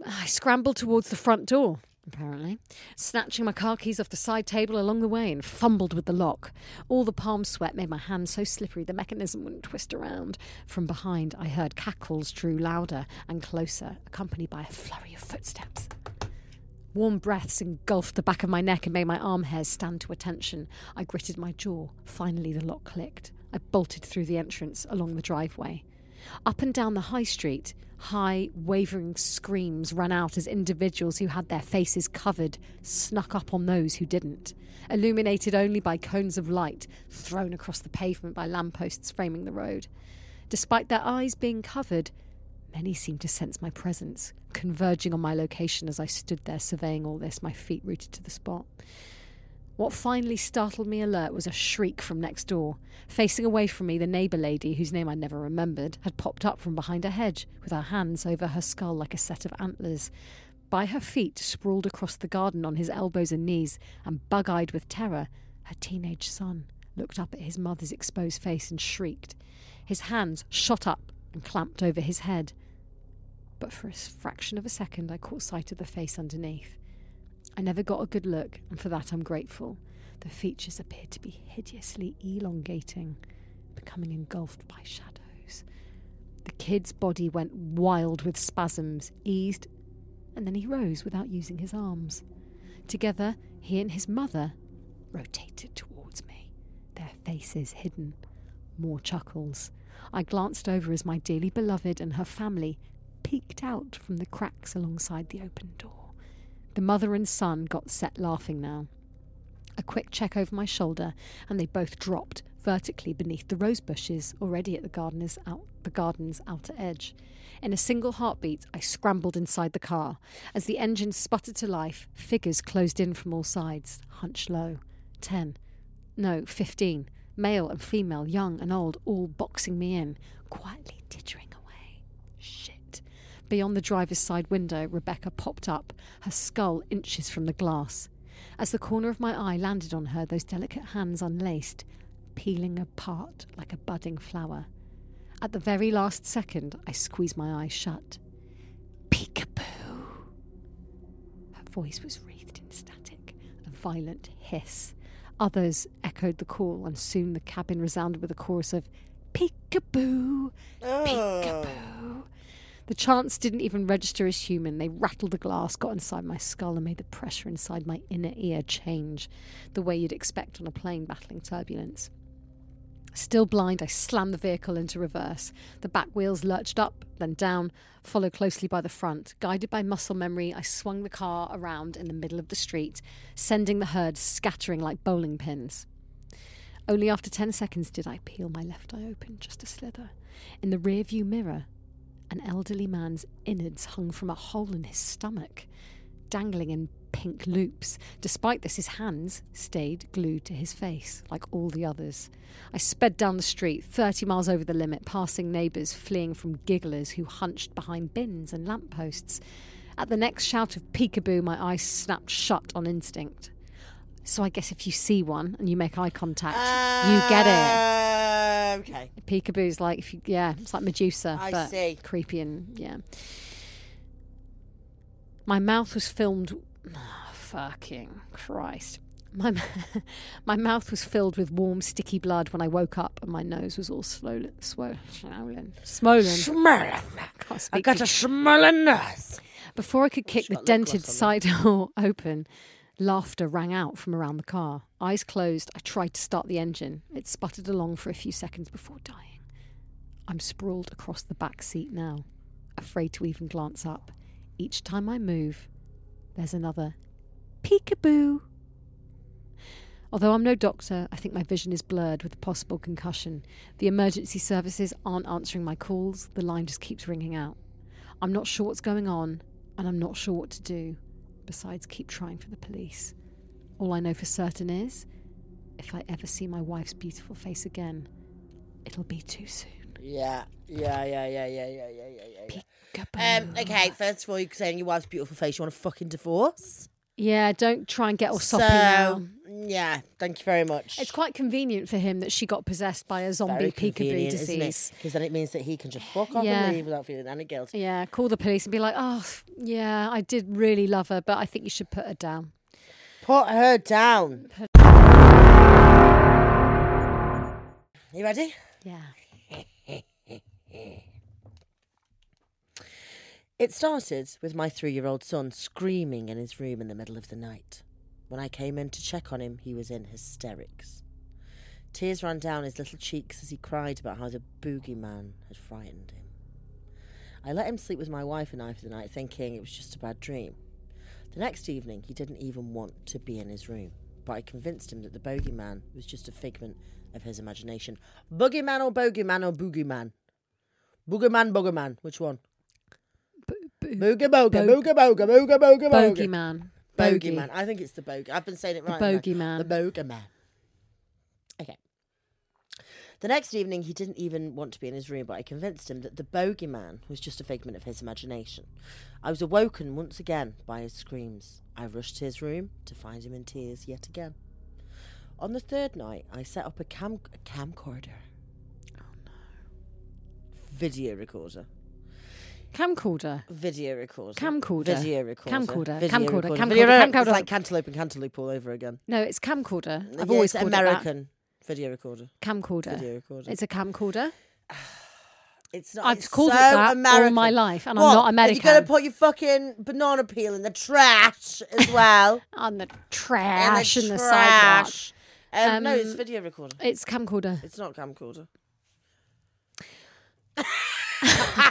S1: I scrambled towards the front door, apparently, snatching my car keys off the side table along the way and fumbled with the lock. All the palm sweat made my hand so slippery the mechanism wouldn't twist around. From behind, I heard cackles drew louder and closer, accompanied by a flurry of footsteps. Warm breaths engulfed the back of my neck and made my arm hairs stand to attention. I gritted my jaw. Finally, the lock clicked. I bolted through the entrance along the driveway. Up and down the high street, high, wavering screams ran out as individuals who had their faces covered snuck up on those who didn't, illuminated only by cones of light thrown across the pavement by lampposts framing the road. Despite their eyes being covered, Many seemed to sense my presence, converging on my location as I stood there surveying all this, my feet rooted to the spot. What finally startled me alert was a shriek from next door. Facing away from me, the neighbour lady, whose name I never remembered, had popped up from behind a hedge, with her hands over her skull like a set of antlers. By her feet, sprawled across the garden on his elbows and knees, and bug eyed with terror, her teenage son looked up at his mother's exposed face and shrieked. His hands shot up and clamped over his head. But for a fraction of a second, I caught sight of the face underneath. I never got a good look, and for that I'm grateful. The features appeared to be hideously elongating, becoming engulfed by shadows. The kid's body went wild with spasms, eased, and then he rose without using his arms. Together, he and his mother rotated towards me, their faces hidden. More chuckles. I glanced over as my dearly beloved and her family peeked out from the cracks alongside the open door. The mother and son got set laughing now. A quick check over my shoulder, and they both dropped vertically beneath the rose bushes already at the gardener's out, the garden's outer edge. In a single heartbeat, I scrambled inside the car. As the engine sputtered to life, figures closed in from all sides, hunched low. Ten. No, fifteen. Male and female, young and old, all boxing me in, quietly tittering away. Shit. Beyond the driver's side window, Rebecca popped up, her skull inches from the glass. As the corner of my eye landed on her, those delicate hands unlaced, peeling apart like a budding flower. At the very last second, I squeezed my eyes shut. Peekaboo! Her voice was wreathed in static, a violent hiss. Others echoed the call, and soon the cabin resounded with a chorus of peekaboo,
S2: Oh.
S1: peekaboo. Hmm. The chants didn't even register as human. They rattled the glass, got inside my skull, and made the pressure inside my inner ear change the way you'd expect on a plane battling turbulence. Still blind, I slammed the vehicle into reverse. The back wheels lurched up, then down, followed closely by the front. Guided by muscle memory, I swung the car around in the middle of the street, sending the herd scattering like bowling pins. Only after 10 seconds did I peel my left eye open just a slither. In the rearview mirror, an elderly man's innards hung from a hole in his stomach, dangling in pink loops. Despite this, his hands stayed glued to his face, like all the others. I sped down the street, 30 miles over the limit, passing neighbours fleeing from gigglers who hunched behind bins and lampposts. At the next shout of peekaboo, my eyes snapped shut on instinct. So I guess if you see one and you make eye contact,
S2: Uh,
S1: you get it.
S2: it. Uh, Okay.
S1: Peekaboo's like if you yeah, it's like Medusa.
S2: I
S1: but
S2: see.
S1: Creepy and yeah. My mouth was filmed. Ah, fucking Christ. My, m- my mouth was filled with warm, sticky blood when I woke up, and my nose was all swollen. Swollen. Swollen. Swollen.
S2: Schmerlin.
S1: Can't speak
S2: I got a Schmerlin nurse.
S1: before I could kick the
S2: Shut the
S1: dented
S2: glass
S1: side door open, laughter rang out from around the car. Eyes closed, I tried to start the engine. It sputtered along for a few seconds before dying. I'm sprawled across the back seat now, afraid to even glance up. Each time I move, there's another peekaboo. Although I'm no doctor, I think my vision is blurred with a possible concussion. The emergency services aren't answering my calls, the line just keeps ringing out. I'm not sure what's going on, and I'm not sure what to do, besides keep trying for the police. All I know for certain is if I ever see my wife's beautiful face again, it'll be too soon.
S2: Yeah, yeah, yeah, yeah, yeah, yeah, yeah, yeah, yeah, yeah.
S1: Peekaboo.
S2: Um, okay, first of all, you're saying your wife's beautiful face. You want a fucking divorce?
S1: Yeah, don't try and get all soppy Oh, now.
S2: so, yeah, thank you very much.
S1: It's quite convenient for him that she got possessed by a zombie
S2: very
S1: peekaboo
S2: convenient, isn't
S1: disease.
S2: it? Because then it means that he can just fuck off
S1: Yeah.
S2: and leave without feeling any guilt.
S1: Yeah, call the police and be like, oh, yeah, I did really love her, but I think you should put her down.
S2: Put her down. You ready?
S1: Yeah.
S2: It started with my three year old son screaming in his room in the middle of the night. When I came in to check on him, he was in hysterics. Tears ran down his little cheeks as he cried about how the boogeyman had frightened him. I let him sleep with my wife and I for the night, thinking it was just a bad dream. The next evening, he didn't even want to be in his room, but I convinced him that the bogeyman was just a figment of his imagination. Boogeyman or bogeyman or boogeyman? Boogeyman, boogeyman, which one? Booga boga, booga boga, booga boga boga.
S1: Bogeyman.
S2: Bogeyman. I think it's the bogey. I've been saying it right. haven't I? The
S1: Bogeyman.
S2: bogeyman. Okay. The next evening, he didn't even want to be in his room, but I convinced him that the bogeyman was just a figment of his imagination. I was awoken once again by his screams. I rushed to his room to find him in tears yet again. On the third night, I set up a cam a camcorder. Oh no! Video recorder.
S1: Camcorder.
S2: Video recorder.
S1: Camcorder.
S2: Video recorder.
S1: Camcorder.
S2: Video
S1: Camcorder.
S2: recorder.
S1: Camcorder.
S2: Video recorder. It's
S1: Camcorder.
S2: like cantaloupe and cantaloupe all over again.
S1: No, it's camcorder. I've
S2: Yeah,
S1: always
S2: it's
S1: called It
S2: American video recorder.
S1: that. Camcorder.
S2: Video recorder.
S1: It's a camcorder.
S2: It's not. it's
S1: I've called
S2: so
S1: it that
S2: American.
S1: all my life, and
S2: What?
S1: I'm not
S2: Are you
S1: American.
S2: gonna put your fucking banana peel in the trash as well?
S1: On the
S2: In
S1: trash in the, sidewalk.
S2: trash. Um, no, it's
S1: Um,
S2: video recorder.
S1: It's camcorder.
S2: It's not camcorder.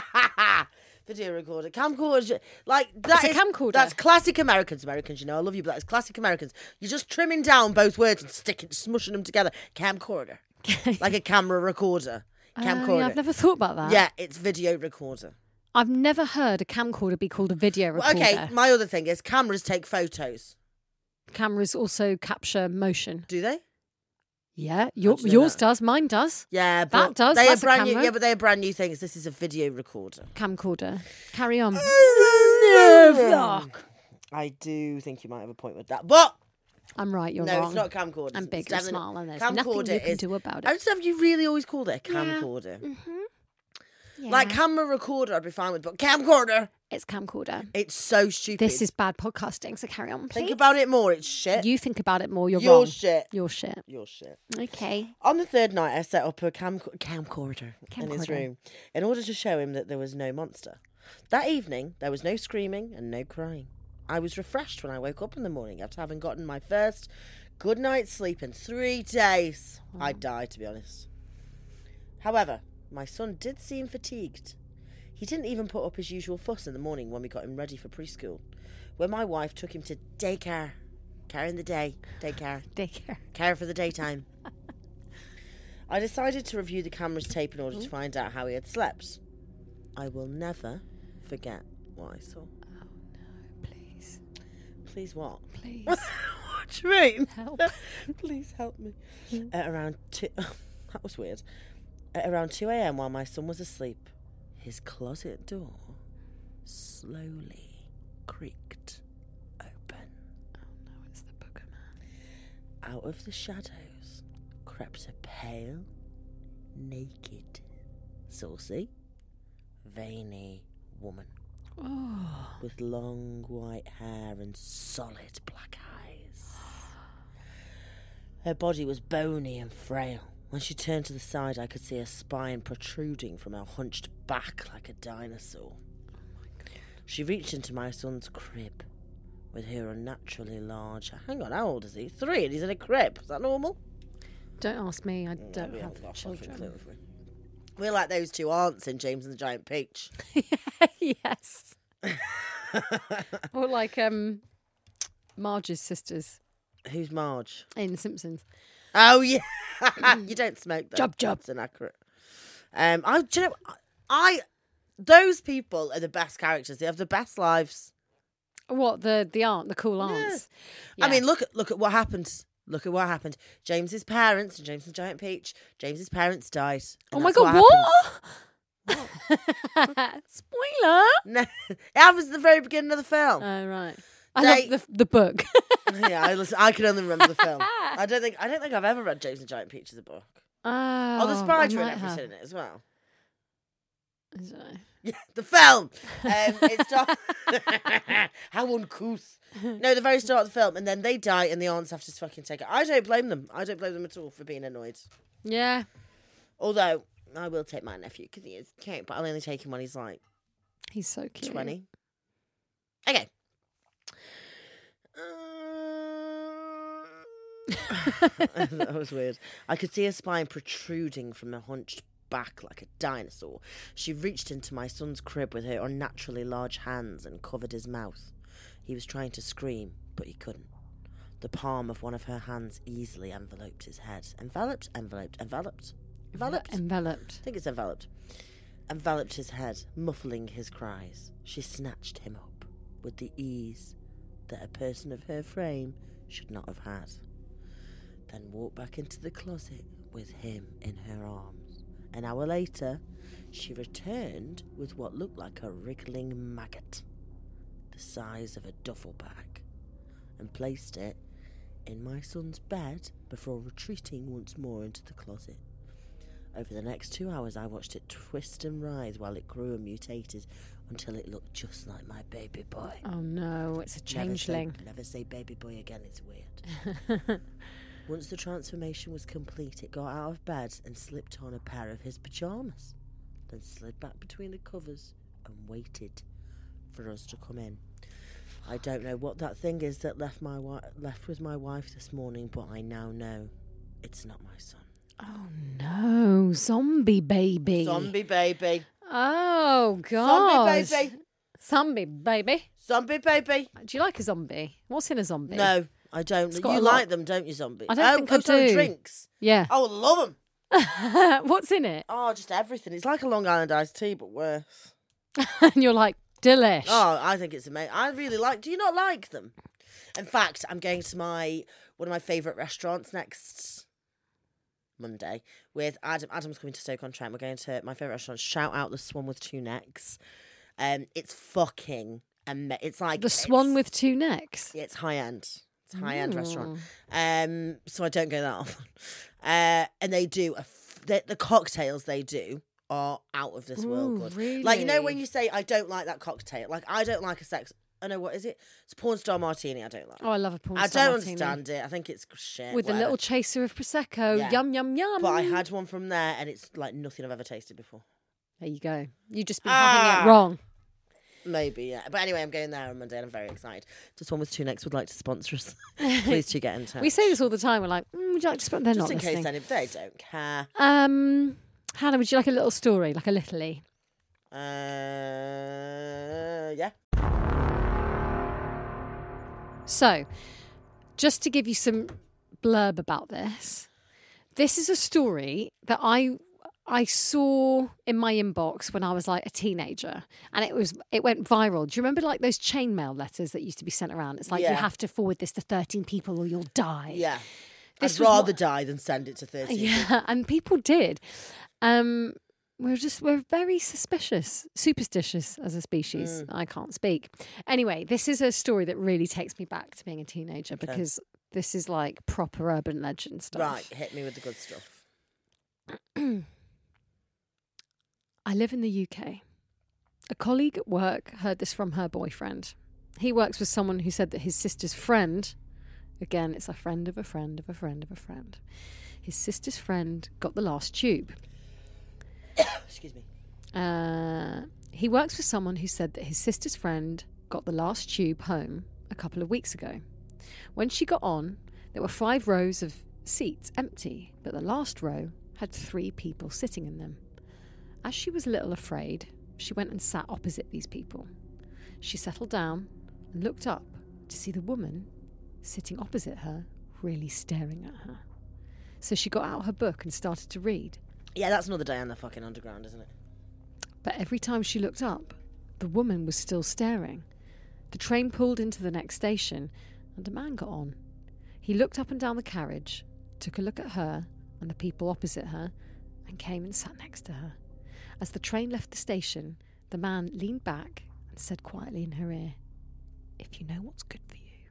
S2: video recorder, camcorder, like that's
S1: It's a camcorder.
S2: That's classic Americans. Americans, you know, I love you, but that's classic Americans. You're just trimming down both words and sticking, smushing them together. Camcorder, like a camera recorder.
S1: Oh, yeah,
S2: Camcorder.
S1: Uh, I've never thought about that.
S2: Yeah, it's video recorder.
S1: I've never heard a camcorder be called a video
S2: Well,
S1: recorder.
S2: okay, my other thing is cameras take photos.
S1: Cameras also capture motion.
S2: Do they?
S1: Yeah, your,
S2: do you know
S1: yours
S2: that?
S1: does. Mine does.
S2: Yeah, but
S1: That does,
S2: They
S1: that's
S2: are
S1: a
S2: brand new.
S1: camera.
S2: Yeah, but they are brand new things. This is a video recorder.
S1: Camcorder. Carry
S2: Uh,
S1: on.
S2: I do think you might have a point with that, but
S1: I'm right. You're
S2: no,
S1: wrong.
S2: it's not camcorder.
S1: I'm
S2: It's
S1: big and
S2: definitely-
S1: small, and there's nothing you
S2: camcorder
S1: can
S2: is-
S1: do about
S2: I
S1: it.
S2: just have you really always called it a camcorder.
S1: Mm-hmm.
S2: Like camera recorder, I'd be fine with, but camcorder,
S1: it's camcorder.
S2: it's so stupid.
S1: This is bad podcasting. So carry on, please.
S2: think about it more. It's shit.
S1: You think about it more. You're
S2: Your
S1: wrong.
S2: shit.
S1: Your shit.
S2: Your shit.
S1: Okay.
S2: On the third night, I set up a cam- camcorder, in his
S1: Camcorder.
S2: room in order to show him that there was no monster. That evening, there was no screaming and no crying. I was refreshed when I woke up in the morning after having gotten my first good night's sleep in three days. I died, to be honest. However, my son did seem fatigued. He didn't even put up his usual fuss in the morning when we got him ready for preschool, where my wife took him to daycare. Care in the day, daycare
S1: Daycare.
S2: care for the daytime. I decided to review the camera's tape in order to find out how he had slept. I will never forget what I saw.
S1: Please.
S2: Please, what?
S1: Please.
S2: what do you mean?
S1: Help.
S2: Please help me. At around two, that was weird. At around two a.m., while my son was asleep, his closet door slowly creaked open.
S1: No, it's the Boogerman.
S2: Out of the shadows crept a pale, naked, saucy, veiny woman
S1: Oh.
S2: with long white hair and solid black eyes. Her body was bony and frail. When she turned to the side, I could see her spine protruding from her hunched back like a dinosaur. She reached into my son's crib with her unnaturally large. Hang on, how old is he? Three, and he's in a crib. Is that normal?
S1: Don't ask me. I
S2: No,
S1: don't
S2: we haven't
S1: have
S2: got a fucking clue,
S1: children.
S2: have we? We're like those two aunts in James and the Giant Peach.
S1: yes. or like um, Marge's sisters
S2: Who's Marge?
S1: in Simpsons.
S2: Oh yeah, you don't smoke. Though.
S1: Jub, jub.
S2: That's inaccurate. Um, I do you know, I those people are the best characters. They have the best lives.
S1: What the the aunt, the cool aunts.
S2: I mean, look at look at what happened. Look at what happened. James's parents and James and Giant Peach. James's parents died.
S1: Oh
S2: and
S1: my
S2: that's
S1: god!
S2: happened.
S1: what? Spoiler.
S2: No, it happens at the very beginning of the film.
S1: Oh right. I
S2: They-
S1: love the the book.
S2: yeah, I listen, I can only remember the film. I don't think I don't think I've ever read James and Giant Peach as a book.
S1: oh,
S2: Oh, the
S1: I
S2: spider and
S1: might have.
S2: everything in it as well.
S1: Is it?
S2: Yeah, the film. Um, it starts how uncouth. No, the very start of the film, and then they die, and the aunts have to fucking take it. I don't blame them. I don't blame them at all for being annoyed.
S1: Yeah.
S2: Although I will take my nephew because he is cute, but I'll only take him when he's like
S1: He's so cute.
S2: twenty. Okay. Uh, that was weird. I could see her spine protruding from her hunched back like a dinosaur. She reached into my son's crib with her unnaturally large hands and covered his mouth. He was trying to scream, but he couldn't. The palm of one of her hands easily enveloped his head. Enveloped, enveloped, enveloped.
S1: Enveloped.
S2: Enveloped? I think it's enveloped. enveloped his head, muffling his cries. She snatched him up with the ease that a person of her frame should not have had, then walked back into the closet with him in her arms. An hour later, she returned with what looked like a wriggling maggot, the size of a duffel bag, and placed it in my son's bed before retreating once more into the closet. Over the next two hours, I watched it twist and writhe while it grew and mutated until it looked just like my baby boy.
S1: Oh no, it's a changeling.
S2: Never say, never say baby boy again, it's weird. Once the transformation was complete, it got out of bed and slipped on a pair of his pyjamas, then slid back between the covers and waited for us to come in. I don't know what that thing is that left my wi- left with my wife this morning, but I now know it's not my son.
S1: Oh no, zombie baby.
S2: Zombie baby.
S1: Oh god.
S2: Zombie baby.
S1: Zombie baby.
S2: Zombie baby.
S1: Do you like a zombie? What's in a zombie?
S2: No, I don't.
S1: got
S2: You
S1: a lot-
S2: like them, don't you, zombie?
S1: I don't
S2: oh,
S1: think
S2: oh,
S1: I
S2: sorry,
S1: do.
S2: drinks.
S1: Yeah.
S2: Oh, love them.
S1: What's in it?
S2: Oh, just everything. It's like a Long Island iced tea, but worse.
S1: and you're like, delish.
S2: Oh, I think it's amazing. I really like. Do you not like them? In fact, I'm going to my one of my favourite restaurants next Monday with Adam. Adam's coming to Stoke on Trent. We're going to my favourite restaurant. Shout out the Swan with two necks. Um, it's fucking ama- It's like
S1: the swan
S2: it's-
S1: with two necks.
S2: It's high end. It's a high end restaurant.
S1: Mm.
S2: Um, so I don't go that often. Uh, and they do a f- the, the cocktails they do are out of this world
S1: Ooh,
S2: good. Like you know
S1: really?
S2: when you say I don't like that cocktail. Like I don't like a sex. I know what is it? It's porn star martini. I don't like.
S1: Oh, I love a porn
S2: I
S1: star
S2: don't
S1: martini.
S2: understand it. I think it's shit.
S1: With a
S2: whatever.
S1: little chaser of prosecco,
S2: Yeah.
S1: yum yum yum.
S2: But I had one from there, and it's like nothing I've ever tasted before.
S1: There you go. You just been
S2: Ah.
S1: having it wrong.
S2: Maybe yeah. But anyway, I'm going there on Monday, and I'm very excited. Just one with two necks would like to sponsor us. Please do get in touch.
S1: We say this all the time. We're like, mm, would you like to spend? They're
S2: just
S1: not
S2: in
S1: listening.
S2: case any, they don't care.
S1: Um, Hannah, would you like a little story, like a little e?
S2: Uh, yeah.
S1: So, just to give you some blurb about this, this is a story that I I saw in my inbox when I was like a teenager, and it was it went viral. Do you remember like those chainmail letters that used to be sent around? It's like
S2: Yeah.
S1: you have to forward this to thirteen people or you'll die.
S2: Yeah.
S1: This was
S2: I'd rather
S1: what-
S2: die than send it to 30.
S1: yeah, and people did. Um, we're just we're very suspicious, superstitious as a species. I can't speak. Anyway, this is a story that really takes me back to being a teenager because this is like proper urban legend stuff.
S2: Right, hit me with the good stuff.
S1: I live in the UK. A colleague at work heard this from her boyfriend. He works with someone who said that his sister's friend, again, it's a friend of a friend of a friend of a friend, his sister's friend got the last tube.
S2: Excuse me.
S1: Uh, he works with someone who said that his sister's friend got the last tube home a couple of weeks ago. When she got on, there were five rows of seats empty, but the last row had three people sitting in them. As she was a little afraid, she went and sat opposite these people. She settled down and looked up to see the woman sitting opposite her really staring at her. So she got out her book and started to read.
S2: Yeah, that's another day on the fucking underground, isn't it?
S1: But every time she looked up, the woman was still staring. The train pulled into the next station, and a man got on. He looked up and down the carriage, took a look at her and the people opposite her, and came and sat next to her. As the train left the station, the man leaned back and said quietly in her ear, If you know what's good for you,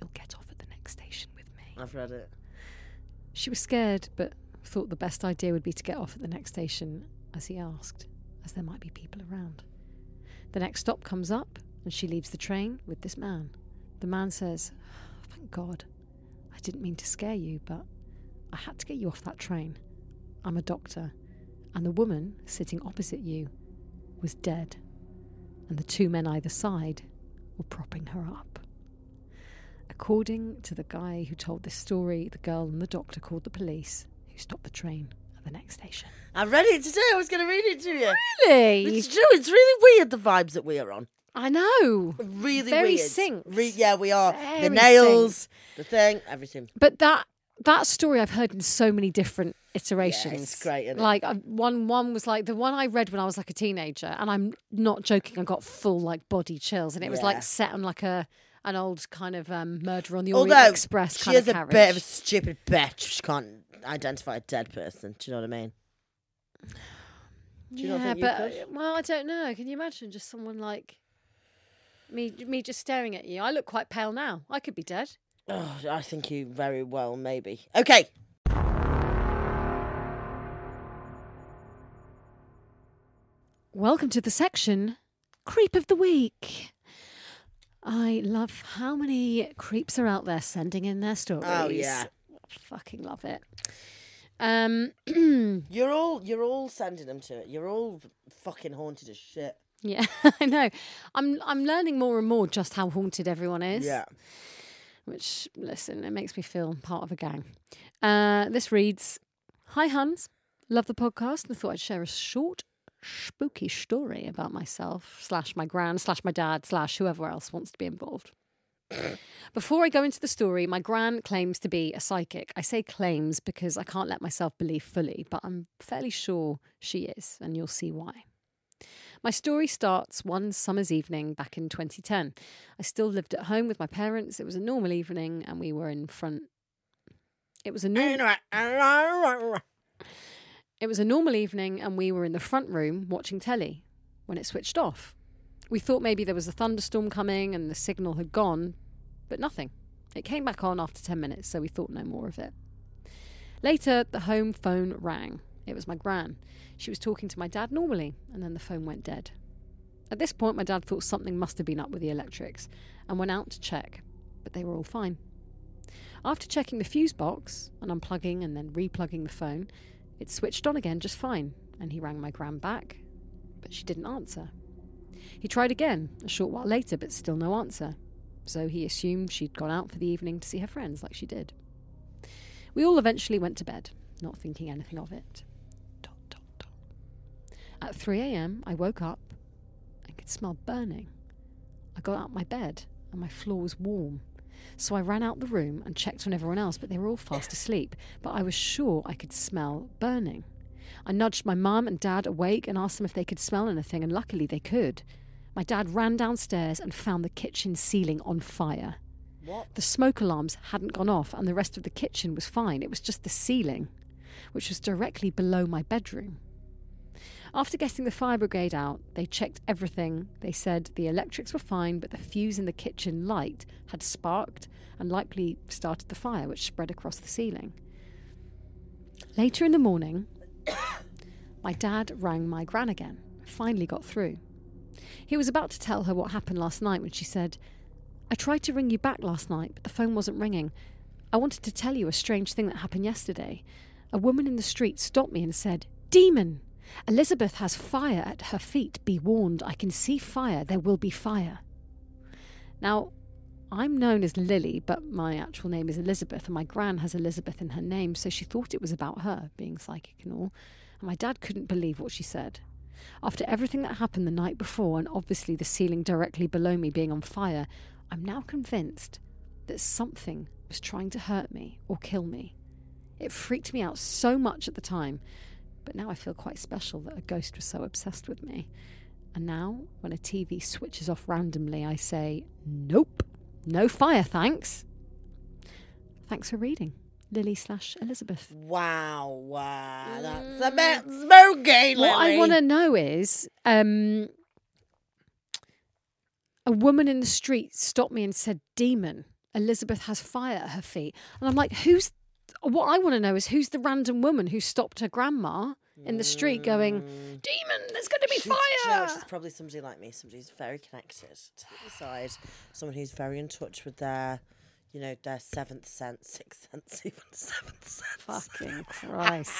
S1: you'll get off at the next station with me.
S2: I've read it.
S1: She was scared, but thought the best idea would be to get off at the next station as he asked, as there might be people around. The next stop comes up, and she leaves the train with this man. The man says, "Oh, Thank God. I didn't mean to scare you, but I had to get you off that train. I'm a doctor. And the woman sitting opposite you was dead. And the two men either side were propping her up. According to the guy who told this story, the girl and the doctor called the police, who stopped the train at the next station.
S2: I've read it today. I was going to read it to you.
S1: Really?
S2: It's true. It's really weird the vibes that we are on.
S1: I know.
S2: Really
S1: Very
S2: weird.
S1: synced.
S2: Re- yeah, we are.
S1: Very
S2: the nails, the thing, everything.
S1: But that that story I've heard in so many different iterations.
S2: great, isn't it?
S1: Like I, one one was like the one I read when I was like a teenager, and I'm not joking. I got full like body chills, and it was
S2: Yeah.
S1: like set on like a an old kind of um, murder on the
S2: Although
S1: Orient Express
S2: she
S1: kind
S2: is
S1: of
S2: a
S1: carriage.
S2: bit of a stupid bitch. She can't identify a dead person. Do you know what I mean? Do you
S1: yeah,
S2: not think you
S1: but uh,
S2: could?
S1: well, I don't know. Can you imagine just someone like me? Me just staring at you. I look quite pale now. I could be dead.
S2: Oh, I think you very well maybe. Okay.
S1: Welcome to the section Creep of the Week. I love how many creeps are out there sending in their stories.
S2: Oh, yeah.
S1: Fucking love it. Um
S2: You're all you're all sending them to it. You're all fucking haunted as shit.
S1: yeah, I know. I'm I'm learning more and more just how haunted everyone is. Which listen, it makes me feel part of a gang. Uh this reads Hi Huns. Love the podcast and thought I'd share a short spooky story about myself, slash my gran, slash my dad, slash whoever else wants to be involved. Before I go into the story, my gran claims to be a psychic. I say claims because I can't let myself believe fully, but I'm fairly sure she is, and you'll see why. My story starts one summer's evening back in 2010. I still lived at home with my parents. It was a normal evening, and we were in front. It was a normal. It was a normal evening, and we were in the front room watching telly when it switched off. We thought maybe there was a thunderstorm coming and the signal had gone, but nothing. It came back on after 10 minutes, so we thought no more of it. Later, the home phone rang. It was my gran. She was talking to my dad normally, and then the phone went dead. At this point, my dad thought something must have been up with the electrics and went out to check, but they were all fine. After checking the fuse box and unplugging and then replugging the phone, it switched on again just fine, and he rang my gran back, but she didn't answer. He tried again a short while later, but still no answer, so he assumed she'd gone out for the evening to see her friends like she did. We all eventually went to bed, not thinking anything of it. Dot, dot, dot. At 3 a.m., I woke up and could smell burning. I got out my bed, and my floor was warm. So I ran out the room and checked on everyone else, but they were all fast asleep. But I was sure I could smell burning. I nudged my mum and dad awake and asked them if they could smell anything, and luckily they could. My dad ran downstairs and found the kitchen ceiling on fire.
S2: What?
S1: The smoke alarms hadn't gone off, and the rest of the kitchen was fine. It was just the ceiling, which was directly below my bedroom. After getting the fire brigade out, they checked everything. They said the electrics were fine, but the fuse in the kitchen light had sparked and likely started the fire, which spread across the ceiling. Later in the morning, my dad rang my gran again, finally got through. He was about to tell her what happened last night when she said, I tried to ring you back last night, but the phone wasn't ringing. I wanted to tell you a strange thing that happened yesterday. A woman in the street stopped me and said, Demon! Elizabeth has fire at her feet. Be warned, I can see fire. There will be fire. Now, I'm known as Lily, but my actual name is Elizabeth, and my gran has Elizabeth in her name, so she thought it was about her, being psychic and all. And my dad couldn't believe what she said. After everything that happened the night before, and obviously the ceiling directly below me being on fire, I'm now convinced that something was trying to hurt me or kill me. It freaked me out so much at the time, but now I feel quite special that a ghost was so obsessed with me. And now, when a TV switches off randomly, I say, Nope, no fire, thanks. Thanks for reading. Lily slash Elizabeth.
S2: Wow, wow. That's a bit spooky,
S1: What I
S2: Lily.
S1: want to know is um, a woman in the street stopped me and said, Demon, Elizabeth has fire at her feet. And I'm like, Who's what I want to know is who's the random woman who stopped her grandma in the street going, Demon, there's going to be
S2: Mm. She's- do you know
S1: fire.
S2: what? She's probably somebody like me, somebody who's very connected to the side, someone who's very in touch with their, you know, their seventh sense, sixth sense, even seventh sense.
S1: Fucking Christ.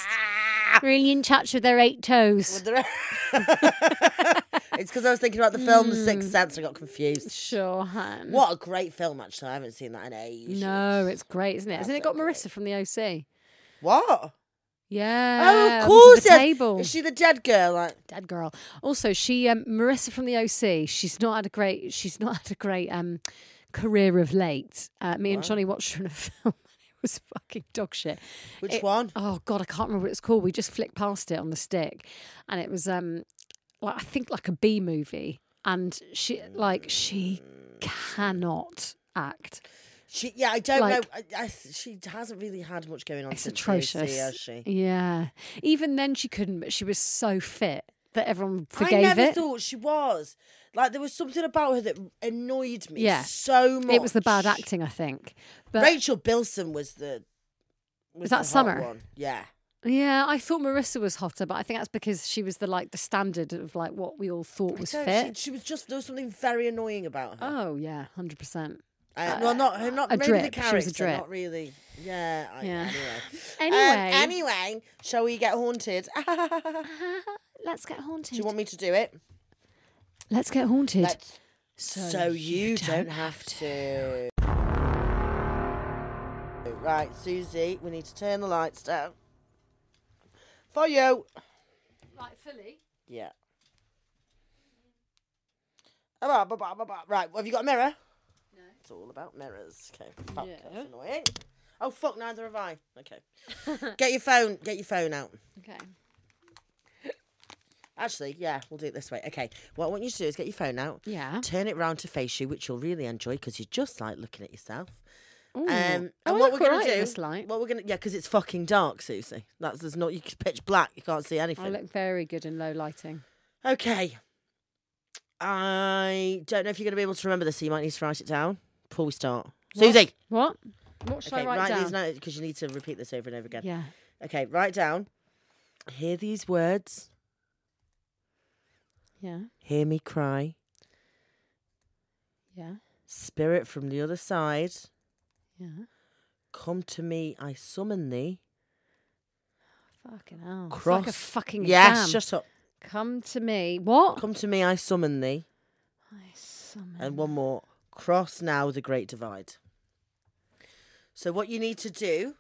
S1: really in touch with their eight toes.
S2: With their- it's because I was thinking about the film The
S1: Hmm.
S2: Sixth Sense. I got confused.
S1: Sure, hun.
S2: What a great film, actually. I haven't seen that in ages.
S1: No, it's great, isn't it? Hasn't it
S2: That's
S1: got
S2: so great.
S1: Marissa from the OC?
S2: What?
S1: Yeah.
S2: oh,
S1: Um, under
S2: of course.
S1: The
S2: yes.
S1: table.
S2: Is she the dead girl? Like,
S1: Dead girl. Also, she um, Marissa from the OC. She's not had a great. She's not had a great um, career of late. Uh, me and Johnny watched her in a film. It was was fucking dog shit.
S2: Which
S1: It-
S2: one?
S1: Oh god, I can't remember what it's called. We just flicked past it on the stick, and it was um, like I think like a B movie, and she like she cannot act.
S2: She, yeah, I don't
S1: Like-
S2: know. I, I, she hasn't really had much going on
S1: It's
S2: since
S1: atrocious.
S2: BBC, has she?
S1: Yeah, even then she couldn't, but she was so fit that everyone
S2: I
S1: forgave
S2: never
S1: it.
S2: thought she was. Like there was something about her that annoyed me
S1: Yeah.
S2: so much.
S1: it was the bad acting, I think. But
S2: Rachel Bilson was the was, the
S1: that
S2: hot
S1: Summer?
S2: one. Yeah.
S1: yeah, I thought Marissa was hotter, but I think that's because she was the like the standard of like what we all thought was
S2: So
S1: fit.
S2: She, she was just there was something very annoying about her.
S1: Oh yeah, hundred percent.
S2: Uh, well, not her, not
S1: a
S2: really the
S1: drip. She
S2: character,
S1: was a drip.
S2: not really. Yeah. I,
S1: Yeah.
S2: Anyway. Um,
S1: Anyway.
S2: anyway, shall we get haunted? Do
S1: Let's get haunted.
S2: you want me to do it?
S1: Let's get haunted.
S2: Let's. So, you don't, have to. Right, Susie, we need to turn the lights down. For you.
S1: Like fully.
S2: Yeah. Ah, bah, bah, bah, bah, bah. Right, well, have you got a mirror? No. It's all about mirrors. Okay. Fuck,
S1: Yeah.
S2: that's annoying. Oh, fuck, neither have I. Okay. get your phone. Get your phone out.
S1: Okay.
S2: Actually, yeah, we'll do it this way. Okay. What I want you to do is get your phone out.
S1: Yeah.
S2: Turn it round to face you, which you'll really enjoy because you just like looking at yourself.
S1: Ooh.
S2: Um, and
S1: I
S2: what
S1: look
S2: we're gonna
S1: alright in
S2: do?
S1: this light.
S2: What we're gonna? Yeah, because it's fucking dark, Susie. That's there's not. You it's pitch black. You can't see
S1: I
S2: anything.
S1: look very good in low lighting.
S2: Okay. I don't know if you're gonna be able to remember this, so you might need to write it down before we start. Susie.
S1: What? What should
S2: Okay,
S1: I write,
S2: write
S1: down?
S2: these notes because you need to repeat this over and over again.
S1: Yeah.
S2: Okay, write down. Hear these words.
S1: Yeah.
S2: Hear me cry.
S1: Yeah.
S2: Spirit from the other side.
S1: Yeah.
S2: Come to me, I summon thee.
S1: Fucking hell. It's
S2: Cross.
S1: like a fucking
S2: yeah,
S1: exam.
S2: shut up.
S1: Come to me. What?
S2: Come to me, I summon thee.
S1: I summon.
S2: And one more. Cross now the great divide. So what you need to do,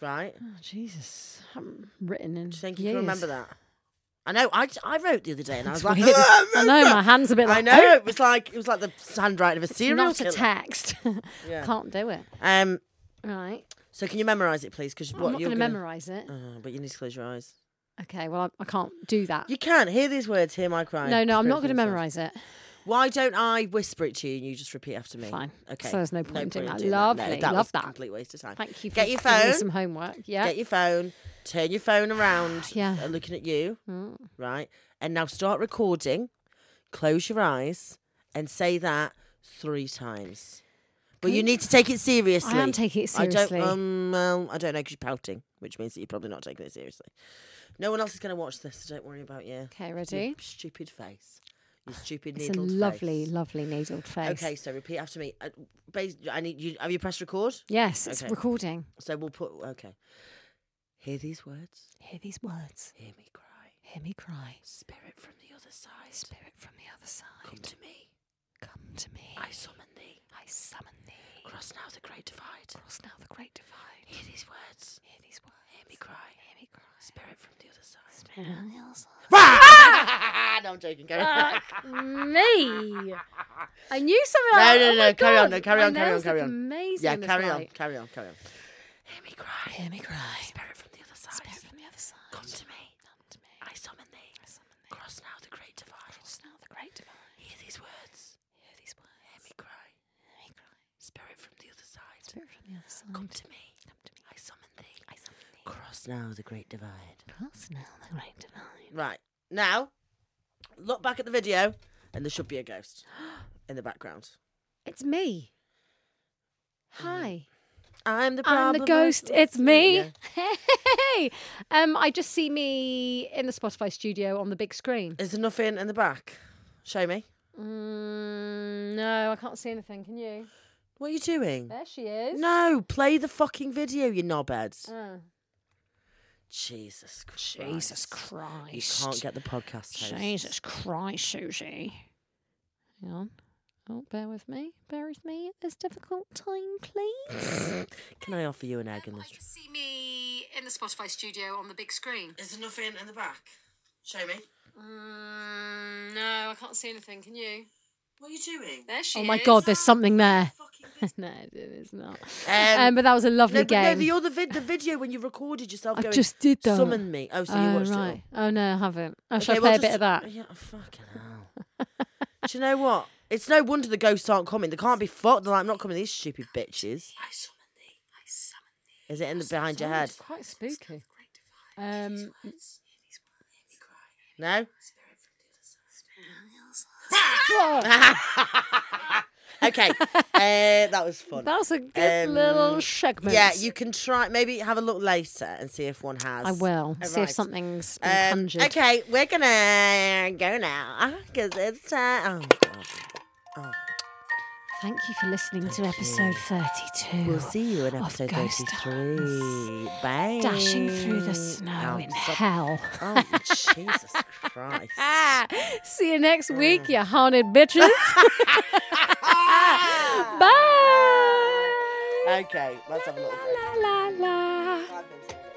S2: right? Do
S1: Oh, Jesus. I haven't written in.
S2: you think you can remember that? I know. I, I wrote the other day, and I was like,
S1: weird. I know my hand's a bit like
S2: I know. It was like it was like the handwriting of a
S1: It's
S2: serial
S1: not
S2: killer.
S1: a text.
S2: Yeah.
S1: Can't do it.
S2: Um.
S1: Right.
S2: So can you memorize it, please? Because what
S1: I'm not
S2: you're
S1: going to
S2: gonna-
S1: memorize it.
S2: Oh, but you need to close your eyes.
S1: Okay. Well, I, I can't do that.
S2: You can hear these words. Hear my cry.
S1: No, no,
S2: Spirit
S1: I'm not
S2: from
S1: going to
S2: the side.
S1: memorize it.
S2: Why don't I whisper it to you and you just repeat after me?
S1: Fine.
S2: Okay.
S1: So there's no point in doing that.
S2: No,
S1: Lovely.
S2: that
S1: Love
S2: was
S1: that.
S2: A complete waste of time.
S1: Thank you for
S2: Get your
S1: giving me
S2: phone.
S1: some homework. Yeah.
S2: Get your phone. Turn your phone around.
S1: Yeah.
S2: uh, Looking at you.
S1: Mm.
S2: Right. And now start recording. Close your eyes and say that three times. But you need to take it seriously.
S1: I am taking it
S2: I
S1: seriously.
S2: don't. Um. Well, I don't know because you're pouting, which means that you're probably not taking it seriously. No one else is going to watch this, so don't worry about you.
S1: okay,
S2: Your
S1: ready?
S2: stupid face. Your stupid
S1: It's a
S2: needled
S1: lovely,
S2: face.
S1: lovely needled face.
S2: Okay, so repeat after me. Uh, bas- I need you. Have you pressed record?
S1: Yes, it's
S2: Okay.
S1: recording.
S2: So we'll put. Okay. Hear these words.
S1: Hear these words.
S2: Hear me cry.
S1: Hear me cry.
S2: Spirit from the other side.
S1: Spirit from the other
S2: Come
S1: side.
S2: to me.
S1: Come to me.
S2: I summon thee.
S1: I summon thee.
S2: Cross now the great divide.
S1: Cross now the great divide.
S2: Hear these words.
S1: Hear these words.
S2: Hear me cry.
S1: Hear me cry.
S2: Spirit from the other side.
S1: Spirit from the other side. Ah!
S2: no, I'm joking. Carry on.
S1: Fuck me. I knew something
S2: No,
S1: like
S2: no,
S1: oh
S2: no,
S1: my
S2: carry on,
S1: God,
S2: no, carry
S1: my
S2: on, carry on,
S1: nails look
S2: carry on.
S1: Amazing
S2: yeah,
S1: in this
S2: carry on,
S1: light.
S2: carry on, carry on. Hear me cry.
S1: Hear me cry.
S2: Spirit from the other side.
S1: Spirit from the other side.
S2: Come to me.
S1: Come to me.
S2: I summon thee.
S1: I summon thee.
S2: Cross now the great divide.
S1: Cross now the great divide.
S2: Hear these words.
S1: Hear these words.
S2: Hear me cry.
S1: Hear me cry.
S2: Spirit from the other side.
S1: Spirit from the other side.
S2: Come to me.
S1: Come to me.
S2: I summon thee.
S1: I summon thee.
S2: Cross now the great divide.
S1: Cross now the great divide.
S2: Right. Now, look back at the video, and there should be a ghost in the background.
S1: It's me. Hi.
S2: I'm the
S1: I'm Mm. the
S2: problem.
S1: ghost. It's me.
S2: Yeah.
S1: Hey. Um, I just see me in the Spotify studio on the big screen.
S2: Is there nothing in the back? Show me.
S1: Mm, no, I can't see anything. Can you?
S2: What are you doing?
S1: There she is.
S2: No, play the fucking video, you knobheads.
S1: Oh.
S2: Jesus Christ.
S1: Jesus
S2: You
S1: Christ.
S2: can't get the podcast host.
S1: Jesus Christ, Susie. Hang on. Oh, bear with me. Bear with me at this difficult time, please.
S2: Can I offer you an egg in this?
S1: see me in the Spotify studio on the big screen.
S2: Is there nothing in the back? Show me.
S1: Mm, no, I can't see anything. Can you?
S3: What are you doing?
S4: There she
S1: Oh my
S4: is.
S1: God, there's something there.
S3: Fucking
S1: no, it's not.
S2: Um,
S1: Um, but that was a lovely
S2: no, but no,
S1: game.
S2: the other vid- the video when you recorded yourself
S1: I
S2: going,
S1: just did that.
S2: summon me. Oh, so you
S1: oh,
S2: watched it.
S1: right. Oh no, I haven't. Oh, shall I
S2: Okay,
S1: play
S2: well,
S1: a bit
S2: just-
S1: of that?
S2: Yeah, oh, fucking hell. Do you know what? It's no wonder the ghosts aren't coming. They can't be fucked. They're like, I'm not coming. These stupid bitches.
S3: I summon thee. I summon thee.
S2: Is it in the behind your head?
S1: quite spooky.
S3: Great divide.
S1: Um,
S3: Words. Hear these words. Hear me cry.
S2: No.
S3: Spirit from the other side. Spirit from the other side.
S2: okay. Uh, that was fun.
S1: that was a good
S2: Um,
S1: little segment.
S2: yeah, you can try. Maybe have a look later and see if one has.
S1: I will
S2: Uh,
S1: see
S2: right.
S1: if something's been
S2: Um,
S1: conjured.
S2: okay, we're gonna go now because it's time. Oh, God.
S1: Thank you for listening to episode 32.
S2: We'll see you in
S1: Of
S2: episode
S1: Ghost
S2: 33. Bye.
S1: Dashing through the snow
S2: Oh,
S1: in
S2: stop.
S1: hell. Ah!
S2: Oh, Jesus Christ.
S1: See you next
S2: Mm.
S1: week, you haunted bitches. Bye. Ah!
S2: Okay, let's have a little break.
S1: La, la, la.
S2: Five minutes.